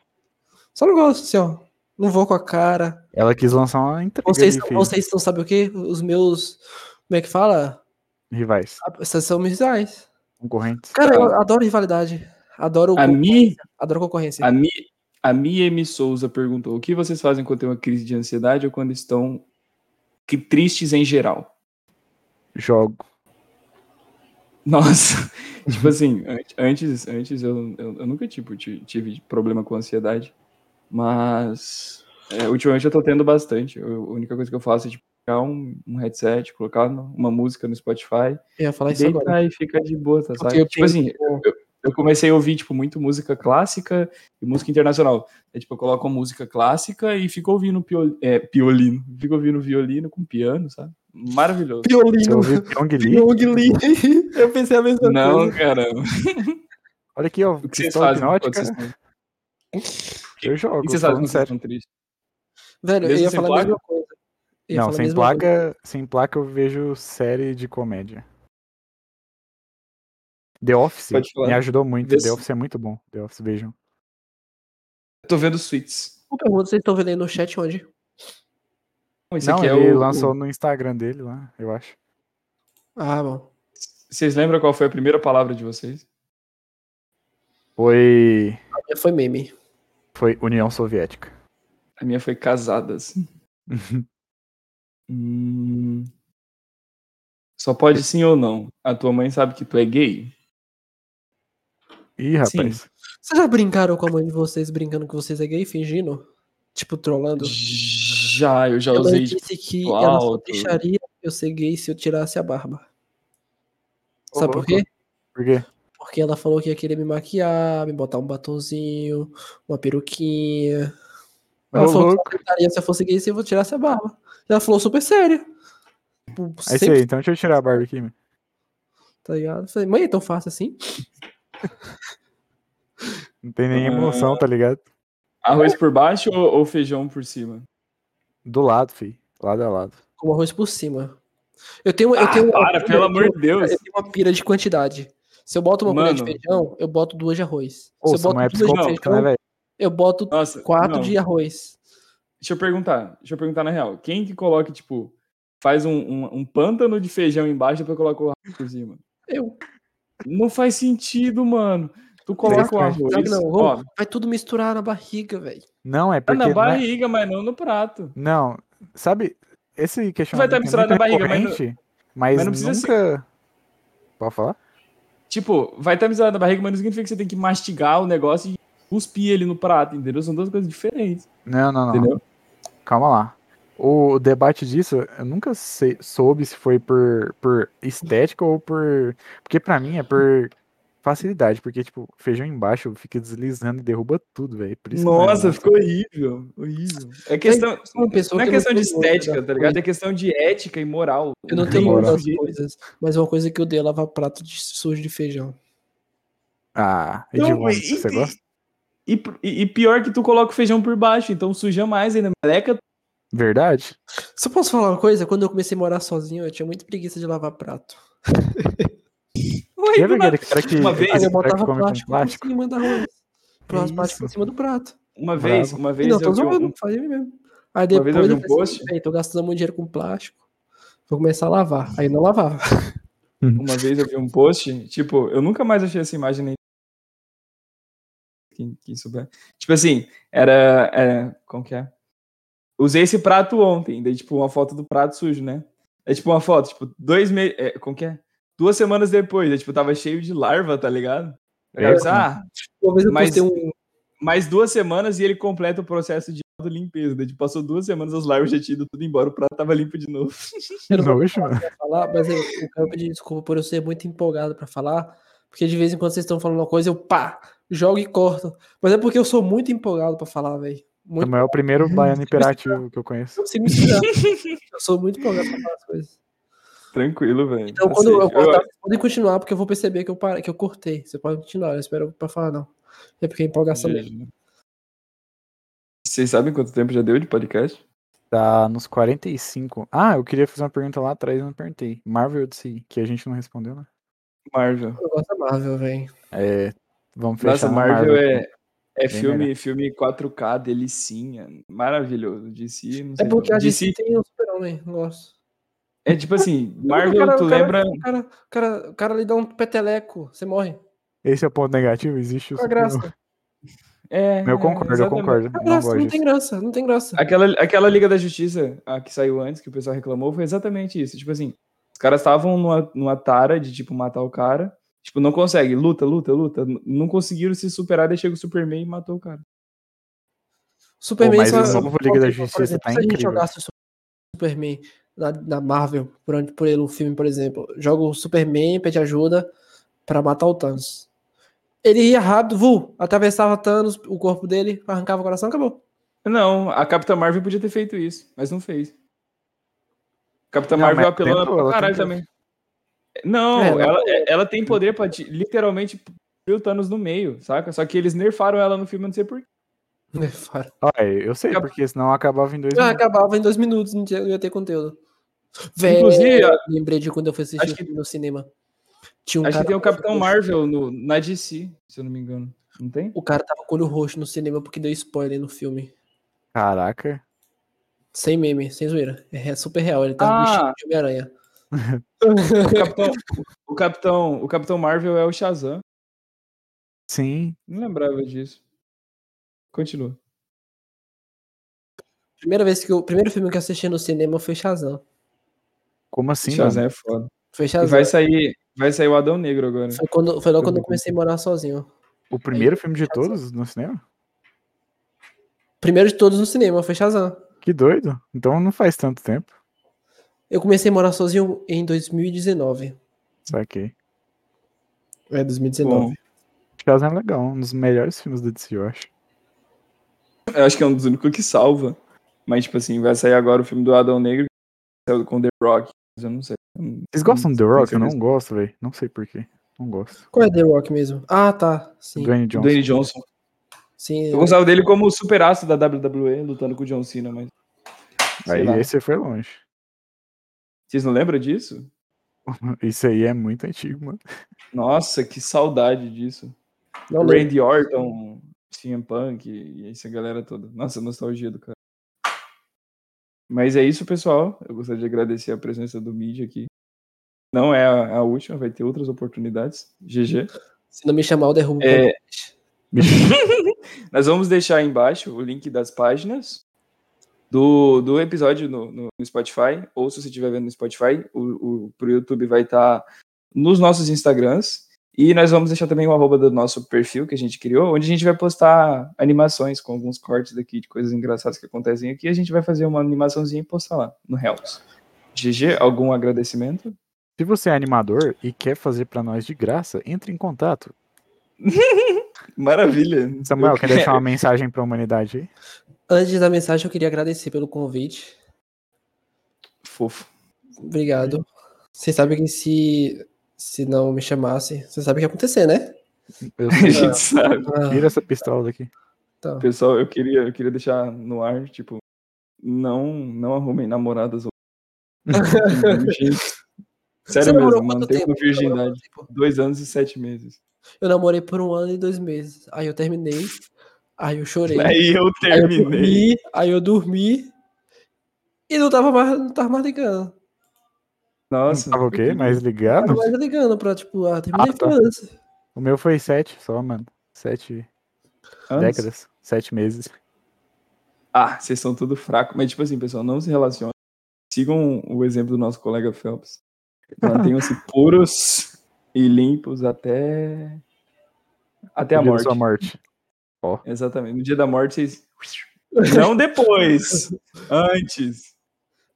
Speaker 2: Só não gosto, assim, ó. Não vou com a cara.
Speaker 1: Ela quis lançar uma entrega
Speaker 2: Vocês,
Speaker 1: ali, filho.
Speaker 2: vocês são, sabe o quê? Os meus. Como é que fala?
Speaker 1: Rivais,
Speaker 2: Ah, Vocês são meus rivais.
Speaker 1: concorrentes.
Speaker 2: Cara, eu
Speaker 3: Tá.
Speaker 2: adoro rivalidade. Adoro.
Speaker 3: A
Speaker 2: con-
Speaker 3: Mi,
Speaker 2: Adoro concorrência.
Speaker 3: a Mi, a Mi M. Souza perguntou, o que vocês fazem quando tem uma crise de ansiedade ou quando estão que tristes em geral?
Speaker 1: Jogo.
Speaker 3: Nossa, tipo assim, an- antes, antes eu, eu, eu nunca tipo, ti- tive problema com ansiedade, mas é, ultimamente eu tô tendo bastante. Eu- a única coisa que eu faço é tipo, pegar um, um headset, colocar no- uma música no Spotify,
Speaker 2: Eu ia falar isso
Speaker 3: deitar
Speaker 2: agora.
Speaker 3: e ficar de boa, tá,
Speaker 2: Porque
Speaker 3: sabe?
Speaker 2: eu
Speaker 3: Tipo
Speaker 2: tenho-
Speaker 3: assim, eu comecei a ouvir, tipo, muito música clássica e música internacional. É tipo, eu coloco uma música clássica e fico ouvindo piol, é, piolino, fico ouvindo violino com piano, sabe? Maravilhoso.
Speaker 1: Você
Speaker 2: Violino.
Speaker 1: ouviu Pyong Lee?
Speaker 2: Pyong Lee. Eu pensei a mesma
Speaker 3: Não,
Speaker 2: é coisa.
Speaker 3: caramba.
Speaker 1: Olha aqui, ó.
Speaker 3: O que vocês
Speaker 1: pistola
Speaker 2: é
Speaker 3: fazem quando
Speaker 1: hipnótica.
Speaker 3: vocês
Speaker 2: né?
Speaker 3: estão
Speaker 1: Eu jogo.
Speaker 3: O que vocês fazem
Speaker 1: falando
Speaker 3: quando vocês
Speaker 1: sério.
Speaker 3: estão tristes?
Speaker 2: Velho, eu
Speaker 3: Mesmo
Speaker 2: ia
Speaker 3: sem
Speaker 2: falar a
Speaker 3: placa?
Speaker 2: mesma coisa. Eu ia
Speaker 1: Não,
Speaker 2: falar a
Speaker 1: sem
Speaker 2: mesma coisa.
Speaker 1: placa, sem placa eu vejo série de comédia. The Office
Speaker 3: Pode falar.
Speaker 1: me ajudou muito.
Speaker 3: Desse-
Speaker 1: The Office é muito bom. The Office, vejam.
Speaker 3: Eu tô vendo suítes.
Speaker 2: Uma pergunta, vocês estão vendo aí no chat onde?
Speaker 3: Bom, Esse
Speaker 1: Não,
Speaker 3: aqui é
Speaker 1: ele
Speaker 3: o-
Speaker 1: lançou
Speaker 3: o-
Speaker 1: no Instagram dele lá, eu acho.
Speaker 2: Ah, bom.
Speaker 3: Vocês lembram qual foi a primeira palavra de vocês?
Speaker 1: Foi,
Speaker 2: A minha foi meme.
Speaker 1: foi União Soviética.
Speaker 3: A minha foi casadas. Hum. Só pode sim ou não. A tua mãe sabe que tu é gay?
Speaker 1: Ih, rapaz.
Speaker 2: Vocês já brincaram com a mãe de vocês, brincando que vocês é gay, fingindo? Tipo, trollando?
Speaker 3: Já, eu já
Speaker 2: Ela
Speaker 3: usei. tipo,
Speaker 2: disse que ela só
Speaker 3: alto.
Speaker 2: deixaria eu ser gay se eu tirasse a barba.
Speaker 1: Ô,
Speaker 2: Sabe por
Speaker 1: louco.
Speaker 2: quê?
Speaker 1: Por quê?
Speaker 2: Porque ela falou que ia querer me maquiar, me botar um batonzinho, uma peruquinha. Ela
Speaker 1: Ô,
Speaker 2: falou
Speaker 1: louco.
Speaker 2: que ela se eu fosse gay se eu tirasse a barba. E ela falou super séria. Tipo,
Speaker 1: É isso
Speaker 2: sempre,
Speaker 1: aí, então deixa eu tirar a barba aqui. meu.
Speaker 2: tá ligado? Eu Falei, mãe, é tão fácil assim?
Speaker 1: Não tem
Speaker 3: Ah.
Speaker 1: nem emoção, tá ligado?
Speaker 3: Arroz por baixo ou, ou feijão por cima?
Speaker 1: Do lado, fi. Lado a lado.
Speaker 2: Com arroz por cima. Eu tenho, eu tenho
Speaker 3: Ah, Para, pelo amor de Deus.
Speaker 2: eu tenho uma pira de quantidade. Se eu boto uma colher de
Speaker 3: Mano.
Speaker 2: feijão, eu boto duas de arroz.
Speaker 1: Ô,
Speaker 2: se eu boto
Speaker 1: Samuel é
Speaker 2: duas de
Speaker 1: psicopata,
Speaker 3: um.
Speaker 1: né,
Speaker 2: feijão,
Speaker 1: velho?
Speaker 2: eu boto
Speaker 3: Nossa,
Speaker 2: quatro
Speaker 3: não.
Speaker 2: de arroz.
Speaker 3: Deixa eu perguntar. Deixa eu perguntar na real. Quem que coloca, tipo, faz um, um, um pântano de feijão embaixo e depois coloca o arroz por cima?
Speaker 2: Eu.
Speaker 3: Não faz sentido, mano. Tu coloca o
Speaker 1: Interessante.
Speaker 3: arroz.
Speaker 2: Sabe não, Rô?
Speaker 3: ó,
Speaker 2: Vai tudo misturar na barriga, velho.
Speaker 1: Não, é
Speaker 3: tá
Speaker 1: porque.
Speaker 3: na
Speaker 1: não é-
Speaker 3: barriga, mas não no prato.
Speaker 1: Não, sabe, esse questionamento
Speaker 3: estar tá misturado
Speaker 1: é
Speaker 3: na barriga, mas não-
Speaker 1: recorrente, mas,
Speaker 3: mas não precisa
Speaker 1: nunca... Pode falar?
Speaker 3: Tipo, vai estar misturado na barriga, mas não significa que você tem que mastigar o negócio e cuspir ele no prato, entendeu? São duas coisas diferentes,
Speaker 1: Não, não, não,
Speaker 3: entendeu?
Speaker 1: calma lá. O debate disso, eu nunca sei- soube se foi por, por estética ou por... Porque pra mim é por facilidade, porque, tipo, feijão embaixo fica deslizando e derruba tudo, velho. por isso que não é bom.
Speaker 3: ficou horrível, horrível. É questão,
Speaker 2: sou uma pessoa
Speaker 3: não é
Speaker 2: né? que
Speaker 3: questão de
Speaker 2: não sou louca
Speaker 3: estética,
Speaker 2: das
Speaker 3: tá ligado? É questão de ética e moral.
Speaker 2: Eu não
Speaker 1: Não
Speaker 2: tenho
Speaker 1: tem
Speaker 2: muitas
Speaker 1: moral.
Speaker 2: coisas, mas uma coisa que eu dei é lavar prato de sujo de feijão.
Speaker 1: Ah, e de
Speaker 3: Não,
Speaker 1: vômito,
Speaker 3: e-
Speaker 1: você
Speaker 3: e-
Speaker 1: gosta?
Speaker 3: E, e- e pior que tu coloca o feijão por baixo, então suja mais ainda. Meleca.
Speaker 1: Verdade?
Speaker 2: Só posso falar uma coisa? Quando eu comecei a morar sozinho, eu tinha muita preguiça de lavar prato.
Speaker 3: Ué,
Speaker 1: Lembra
Speaker 3: do nada.
Speaker 1: aquele cara que,
Speaker 3: Uma vez-
Speaker 1: aquele
Speaker 2: Aí eu
Speaker 1: cara que come
Speaker 2: botava
Speaker 1: com
Speaker 2: plástico por
Speaker 1: plástico?
Speaker 2: cima do arroz.
Speaker 1: Que
Speaker 2: Plástico por
Speaker 1: isso?
Speaker 2: cima do prato.
Speaker 3: Uma vez, uma vez
Speaker 2: não,
Speaker 3: eu
Speaker 2: tô
Speaker 3: vi um-
Speaker 2: zoando,
Speaker 3: um-
Speaker 2: fazia mesmo. Aí
Speaker 3: eu
Speaker 2: depois
Speaker 3: vi um
Speaker 2: pensei,
Speaker 3: post-
Speaker 2: "Véi, tô gastando muito dinheiro com plástico. Vou começar a lavar. Aí não lavava.
Speaker 3: uma vez eu vi um post, tipo, eu nunca mais achei essa imagem nem quem, quem souber. Tipo assim, era, era como que é? Usei esse prato ontem, daí tipo uma foto do prato sujo, né? É tipo uma foto, tipo, dois meses, é, como que é? Duas semanas depois, daí, tipo, tava cheio de larva, tá ligado? Aí eu
Speaker 1: É,
Speaker 3: pensei, ah,
Speaker 2: Uma vez eu
Speaker 3: Mas-
Speaker 2: postei um.
Speaker 3: mais duas semanas e ele completa o processo de limpeza. Daí, tipo, passou duas semanas, as larvas já tinham ido tudo embora, o prato tava limpo de novo.
Speaker 2: Eu não vou
Speaker 1: Nojo, mano.
Speaker 2: falar, mas eu, eu quero pedir desculpa por eu ser muito empolgado pra falar. Porque de vez em quando vocês estão falando uma coisa, eu pá, jogo e corto. Mas é porque eu sou muito empolgado pra falar, velho. Muito.
Speaker 1: Também é o primeiro baiano imperativo que eu
Speaker 2: Eu
Speaker 1: conheço.
Speaker 2: não consigo me segurar. eu sou muito empolgado pra falar as coisas.
Speaker 3: Tranquilo, velho.
Speaker 2: Então,
Speaker 3: Tá
Speaker 2: quando eu
Speaker 3: safe. Eu-
Speaker 2: cortar, vocês podem continuar, porque eu vou perceber que eu, parei, que eu cortei. Você pode continuar, eu espero pra falar, não. É porque é empolgação mesmo.
Speaker 3: Vocês sabem quanto tempo já deu de podcast?
Speaker 1: Tá nos 45. Ah, eu queria fazer uma pergunta lá atrás, eu não perguntei. Marvel DC, que a gente não respondeu, né?
Speaker 3: Marvel.
Speaker 2: Eu gosto da Marvel, velho.
Speaker 1: É, vamos fechar.
Speaker 3: Nossa,
Speaker 1: na
Speaker 3: Marvel, é,
Speaker 1: Bem
Speaker 3: é filme, filme 4K, delicinha. Maravilhoso. DC, não sei
Speaker 2: É porque
Speaker 3: não.
Speaker 2: a DC tem o Super-Homem, eu gosto.
Speaker 3: É tipo assim,
Speaker 2: O
Speaker 3: Marvel,
Speaker 2: cara-
Speaker 3: tu
Speaker 2: o cara-
Speaker 3: lembra.
Speaker 2: O cara, o cara, o cara lhe dá um peteleco, você morre.
Speaker 1: Esse é o ponto negativo, existe o
Speaker 2: Qual a
Speaker 1: super-
Speaker 2: graça?
Speaker 3: É,
Speaker 1: Eu concordo, eu
Speaker 3: exatamente.
Speaker 1: concordo.
Speaker 2: Qual
Speaker 1: eu não
Speaker 2: a graça?
Speaker 1: gosto
Speaker 2: Não,
Speaker 1: disso.
Speaker 2: tem graça, não tem graça.
Speaker 3: Aquela, aquela Liga da Justiça a que saiu antes, que o pessoal reclamou, foi exatamente isso. Tipo assim, os caras estavam numa, numa tara de, tipo, matar o cara. Tipo, não consegue, luta, luta, luta. N- Não conseguiram se superar, daí chega o Superman e matou o cara.
Speaker 2: Superman
Speaker 1: Pô, mas
Speaker 2: só.
Speaker 1: o novo Liga da
Speaker 2: Por
Speaker 1: Justiça
Speaker 2: exemplo,
Speaker 1: tá
Speaker 2: se a gente
Speaker 1: incrível.
Speaker 2: jogasse o Superman na, na Marvel, por, onde, por ele, um filme, por exemplo, joga o Superman, pede ajuda pra matar o Thanos. Ele ia rápido, vu, atravessava Thanos, o corpo dele, arrancava o coração, acabou.
Speaker 3: Não, a Capitã Marvel podia ter feito isso, mas não fez. Capitã
Speaker 1: Não,
Speaker 3: Marvel
Speaker 1: mas
Speaker 3: apelou
Speaker 1: tentou,
Speaker 3: pra
Speaker 1: ela
Speaker 3: caralho
Speaker 1: tentou.
Speaker 3: também. Não,
Speaker 2: É, ela-
Speaker 3: ela, é- ela tem poder pra ti- literalmente destruir o Thanos no meio, saca? Só que eles nerfaram ela no filme, eu não sei porquê.
Speaker 2: Né, fora.
Speaker 1: Ah, é, eu sei,
Speaker 3: Acab-
Speaker 1: porque senão acabava em dois
Speaker 2: Já
Speaker 1: minutos.
Speaker 2: acabava em dois minutos, não, tinha- não ia ter conteúdo. Véi,
Speaker 3: Inclusive, a-
Speaker 2: lembrei de quando eu fui assistir
Speaker 3: acho
Speaker 2: o filme no cinema. Tinha um
Speaker 3: Acho que
Speaker 2: cara
Speaker 3: tem o
Speaker 2: com olho
Speaker 3: Capitão
Speaker 2: roxo.
Speaker 3: Marvel no, na DC, se eu não me engano. Não tem?
Speaker 2: O cara tava com olho roxo no cinema porque deu spoiler no filme.
Speaker 1: Caraca.
Speaker 2: Sem meme, sem zoeira. É re- super real, ele tava vestido
Speaker 3: Ah.
Speaker 2: de Homem-Aranha.
Speaker 3: O Capitão, o, Capitão, o Capitão Marvel é o Shazam.
Speaker 1: Sim.
Speaker 3: Não lembrava disso. Continua.
Speaker 2: Primeira vez que eu, o primeiro filme que eu assisti no cinema foi Shazam.
Speaker 1: Como assim, mano?
Speaker 3: Shazam é foda.
Speaker 2: Foi
Speaker 3: E
Speaker 2: Shazam.
Speaker 3: vai né? sair, vai sair o Adão Negro agora.
Speaker 2: Foi, quando, foi logo quando eu comecei a morar sozinho.
Speaker 1: O primeiro filme de todos no cinema?
Speaker 2: Primeiro de todos no cinema, foi Shazam.
Speaker 1: Que doido. Então não faz tanto tempo.
Speaker 2: Eu comecei a morar sozinho em 2019.
Speaker 1: Saquei.
Speaker 2: É, 2019.
Speaker 3: Bom,
Speaker 1: Shazam é legal, um dos melhores filmes da DC, eu acho.
Speaker 3: eu acho que é um dos únicos que salva. Mas, tipo assim, vai sair agora o filme do Adão Negro saiu com The Rock. Mas eu não sei.
Speaker 1: Vocês gostam
Speaker 3: Hum,
Speaker 1: do The Rock? Eu
Speaker 3: não
Speaker 1: não gosto, velho. Não sei porquê. Não gosto. um
Speaker 2: Qual é The Rock mesmo? Ah, tá. Sim.
Speaker 1: Dwayne
Speaker 3: do
Speaker 1: Johnson.
Speaker 3: Dwayne Johnson.
Speaker 2: Sim.
Speaker 3: Eu gostava dele como o super aço da WWE, lutando com o John Cena, mas. sei
Speaker 1: Aí é.
Speaker 3: lá.
Speaker 1: esse foi longe.
Speaker 3: Vocês não lembram disso?
Speaker 1: Isso aí é muito antigo, mano.
Speaker 3: Nossa, que saudade disso.
Speaker 2: Não lembro.
Speaker 3: Randy Orton, CM Punk e essa galera toda. Nossa, nostalgia do cara. Mas é isso, pessoal. Eu gostaria de agradecer a presença do mídia aqui. Não é a, a última, vai ter outras oportunidades. GG.
Speaker 2: Se não me chamar, eu derrubo. o
Speaker 3: É,
Speaker 2: podcast.
Speaker 3: Nós vamos deixar aí embaixo o link das páginas do, do episódio no, no- no Spotify, ou se você estiver vendo no Spotify, o, o, pro YouTube vai estar nos nossos Instagrams. E nós vamos deixar também o arroba do nosso perfil que a gente criou, onde a gente vai postar animações com alguns cortes daqui de coisas engraçadas que acontecem aqui. A gente vai fazer uma animaçãozinha e postar lá no Helps. GG, algum agradecimento?
Speaker 1: Se você é animador e quer fazer pra nós de graça, entre em contato.
Speaker 3: Maravilha!
Speaker 1: Samuel,
Speaker 3: Eu
Speaker 1: quer
Speaker 3: quero.
Speaker 1: deixar uma mensagem pra humanidade aí?
Speaker 2: Antes da mensagem, eu queria agradecer pelo convite.
Speaker 3: Fofo.
Speaker 2: Obrigado. Você sabe que se, se não me chamasse, você sabe o que ia acontecer, né?
Speaker 1: Eu
Speaker 3: A
Speaker 1: sei.
Speaker 3: gente sabe.
Speaker 2: Ah,
Speaker 1: Tira essa pistola daqui.
Speaker 2: então.
Speaker 3: Pessoal, eu queria, eu queria deixar no ar, tipo, não, não arrumem namoradas ou
Speaker 2: Você
Speaker 3: Sério
Speaker 2: namorou
Speaker 3: mesmo,
Speaker 2: quanto
Speaker 3: mantenha a
Speaker 2: tempo? Você namorou
Speaker 3: virgindade.
Speaker 2: quanto tempo?
Speaker 3: Dois anos e sete meses.
Speaker 2: Eu namorei por um ano e dois meses. Aí eu terminei. Aí eu chorei.
Speaker 3: Aí eu
Speaker 2: Aí eu
Speaker 3: terminei.
Speaker 2: dormi, aí eu dormi e não tava mais, não tava mais ligando.
Speaker 3: Nossa.
Speaker 1: Tava o quê? Mais
Speaker 3: Ah,
Speaker 2: Não
Speaker 1: ligado?
Speaker 2: tava mais ligando pra, tipo, ah, terminei
Speaker 1: Ah, tá.
Speaker 2: foda-se.
Speaker 1: O meu foi sete só, mano. Sete
Speaker 3: Anos?
Speaker 1: décadas. Sete meses.
Speaker 3: Ah, vocês são tudo fraco. Mas, tipo assim, pessoal, não se relacionem. Sigam o exemplo do nosso colega Phelps. Mantenham-se puros e limpos até. Até a
Speaker 1: No dia da
Speaker 3: morte.
Speaker 1: Sua morte.
Speaker 3: Exatamente. No dia da morte, vocês. Não depois! antes!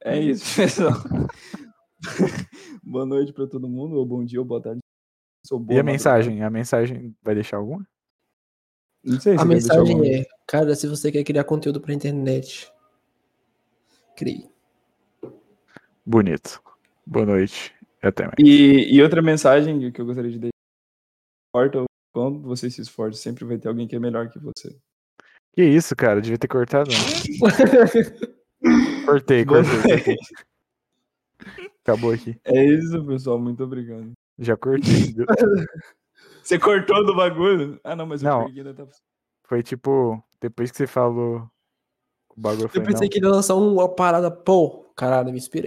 Speaker 3: É isso, pessoal. boa noite pra todo mundo, ou bom dia, ou boa tarde. Sou boa
Speaker 1: E a
Speaker 3: madrugada.
Speaker 1: mensagem? A mensagem vai deixar alguma?
Speaker 3: Não sei se
Speaker 2: A
Speaker 3: quer deixar alguma-
Speaker 2: mensagem é, cara, se você quer criar conteúdo pra internet, crie.
Speaker 1: Bonito. Boa noite. e Até mais.
Speaker 3: E, e outra mensagem que eu gostaria de deixar. Importa o quanto você se esforce, sempre vai ter alguém que é melhor que você.
Speaker 1: Que isso, cara? Devia ter cortado. né? cortei,
Speaker 3: Boa
Speaker 1: cortei. cortei. Acabou aqui.
Speaker 3: É isso, pessoal. Muito obrigado.
Speaker 1: Já cortei. Deu-
Speaker 3: Você cortou do bagulho? Ah, não, mas
Speaker 1: Não.
Speaker 3: o Perguinho ainda tá.
Speaker 1: Foi tipo, depois que você falou o bagulho, eu
Speaker 2: Eu
Speaker 1: falei, não.
Speaker 2: pensei que ele ia lançar uma parada, pô, caralho, me inspirei.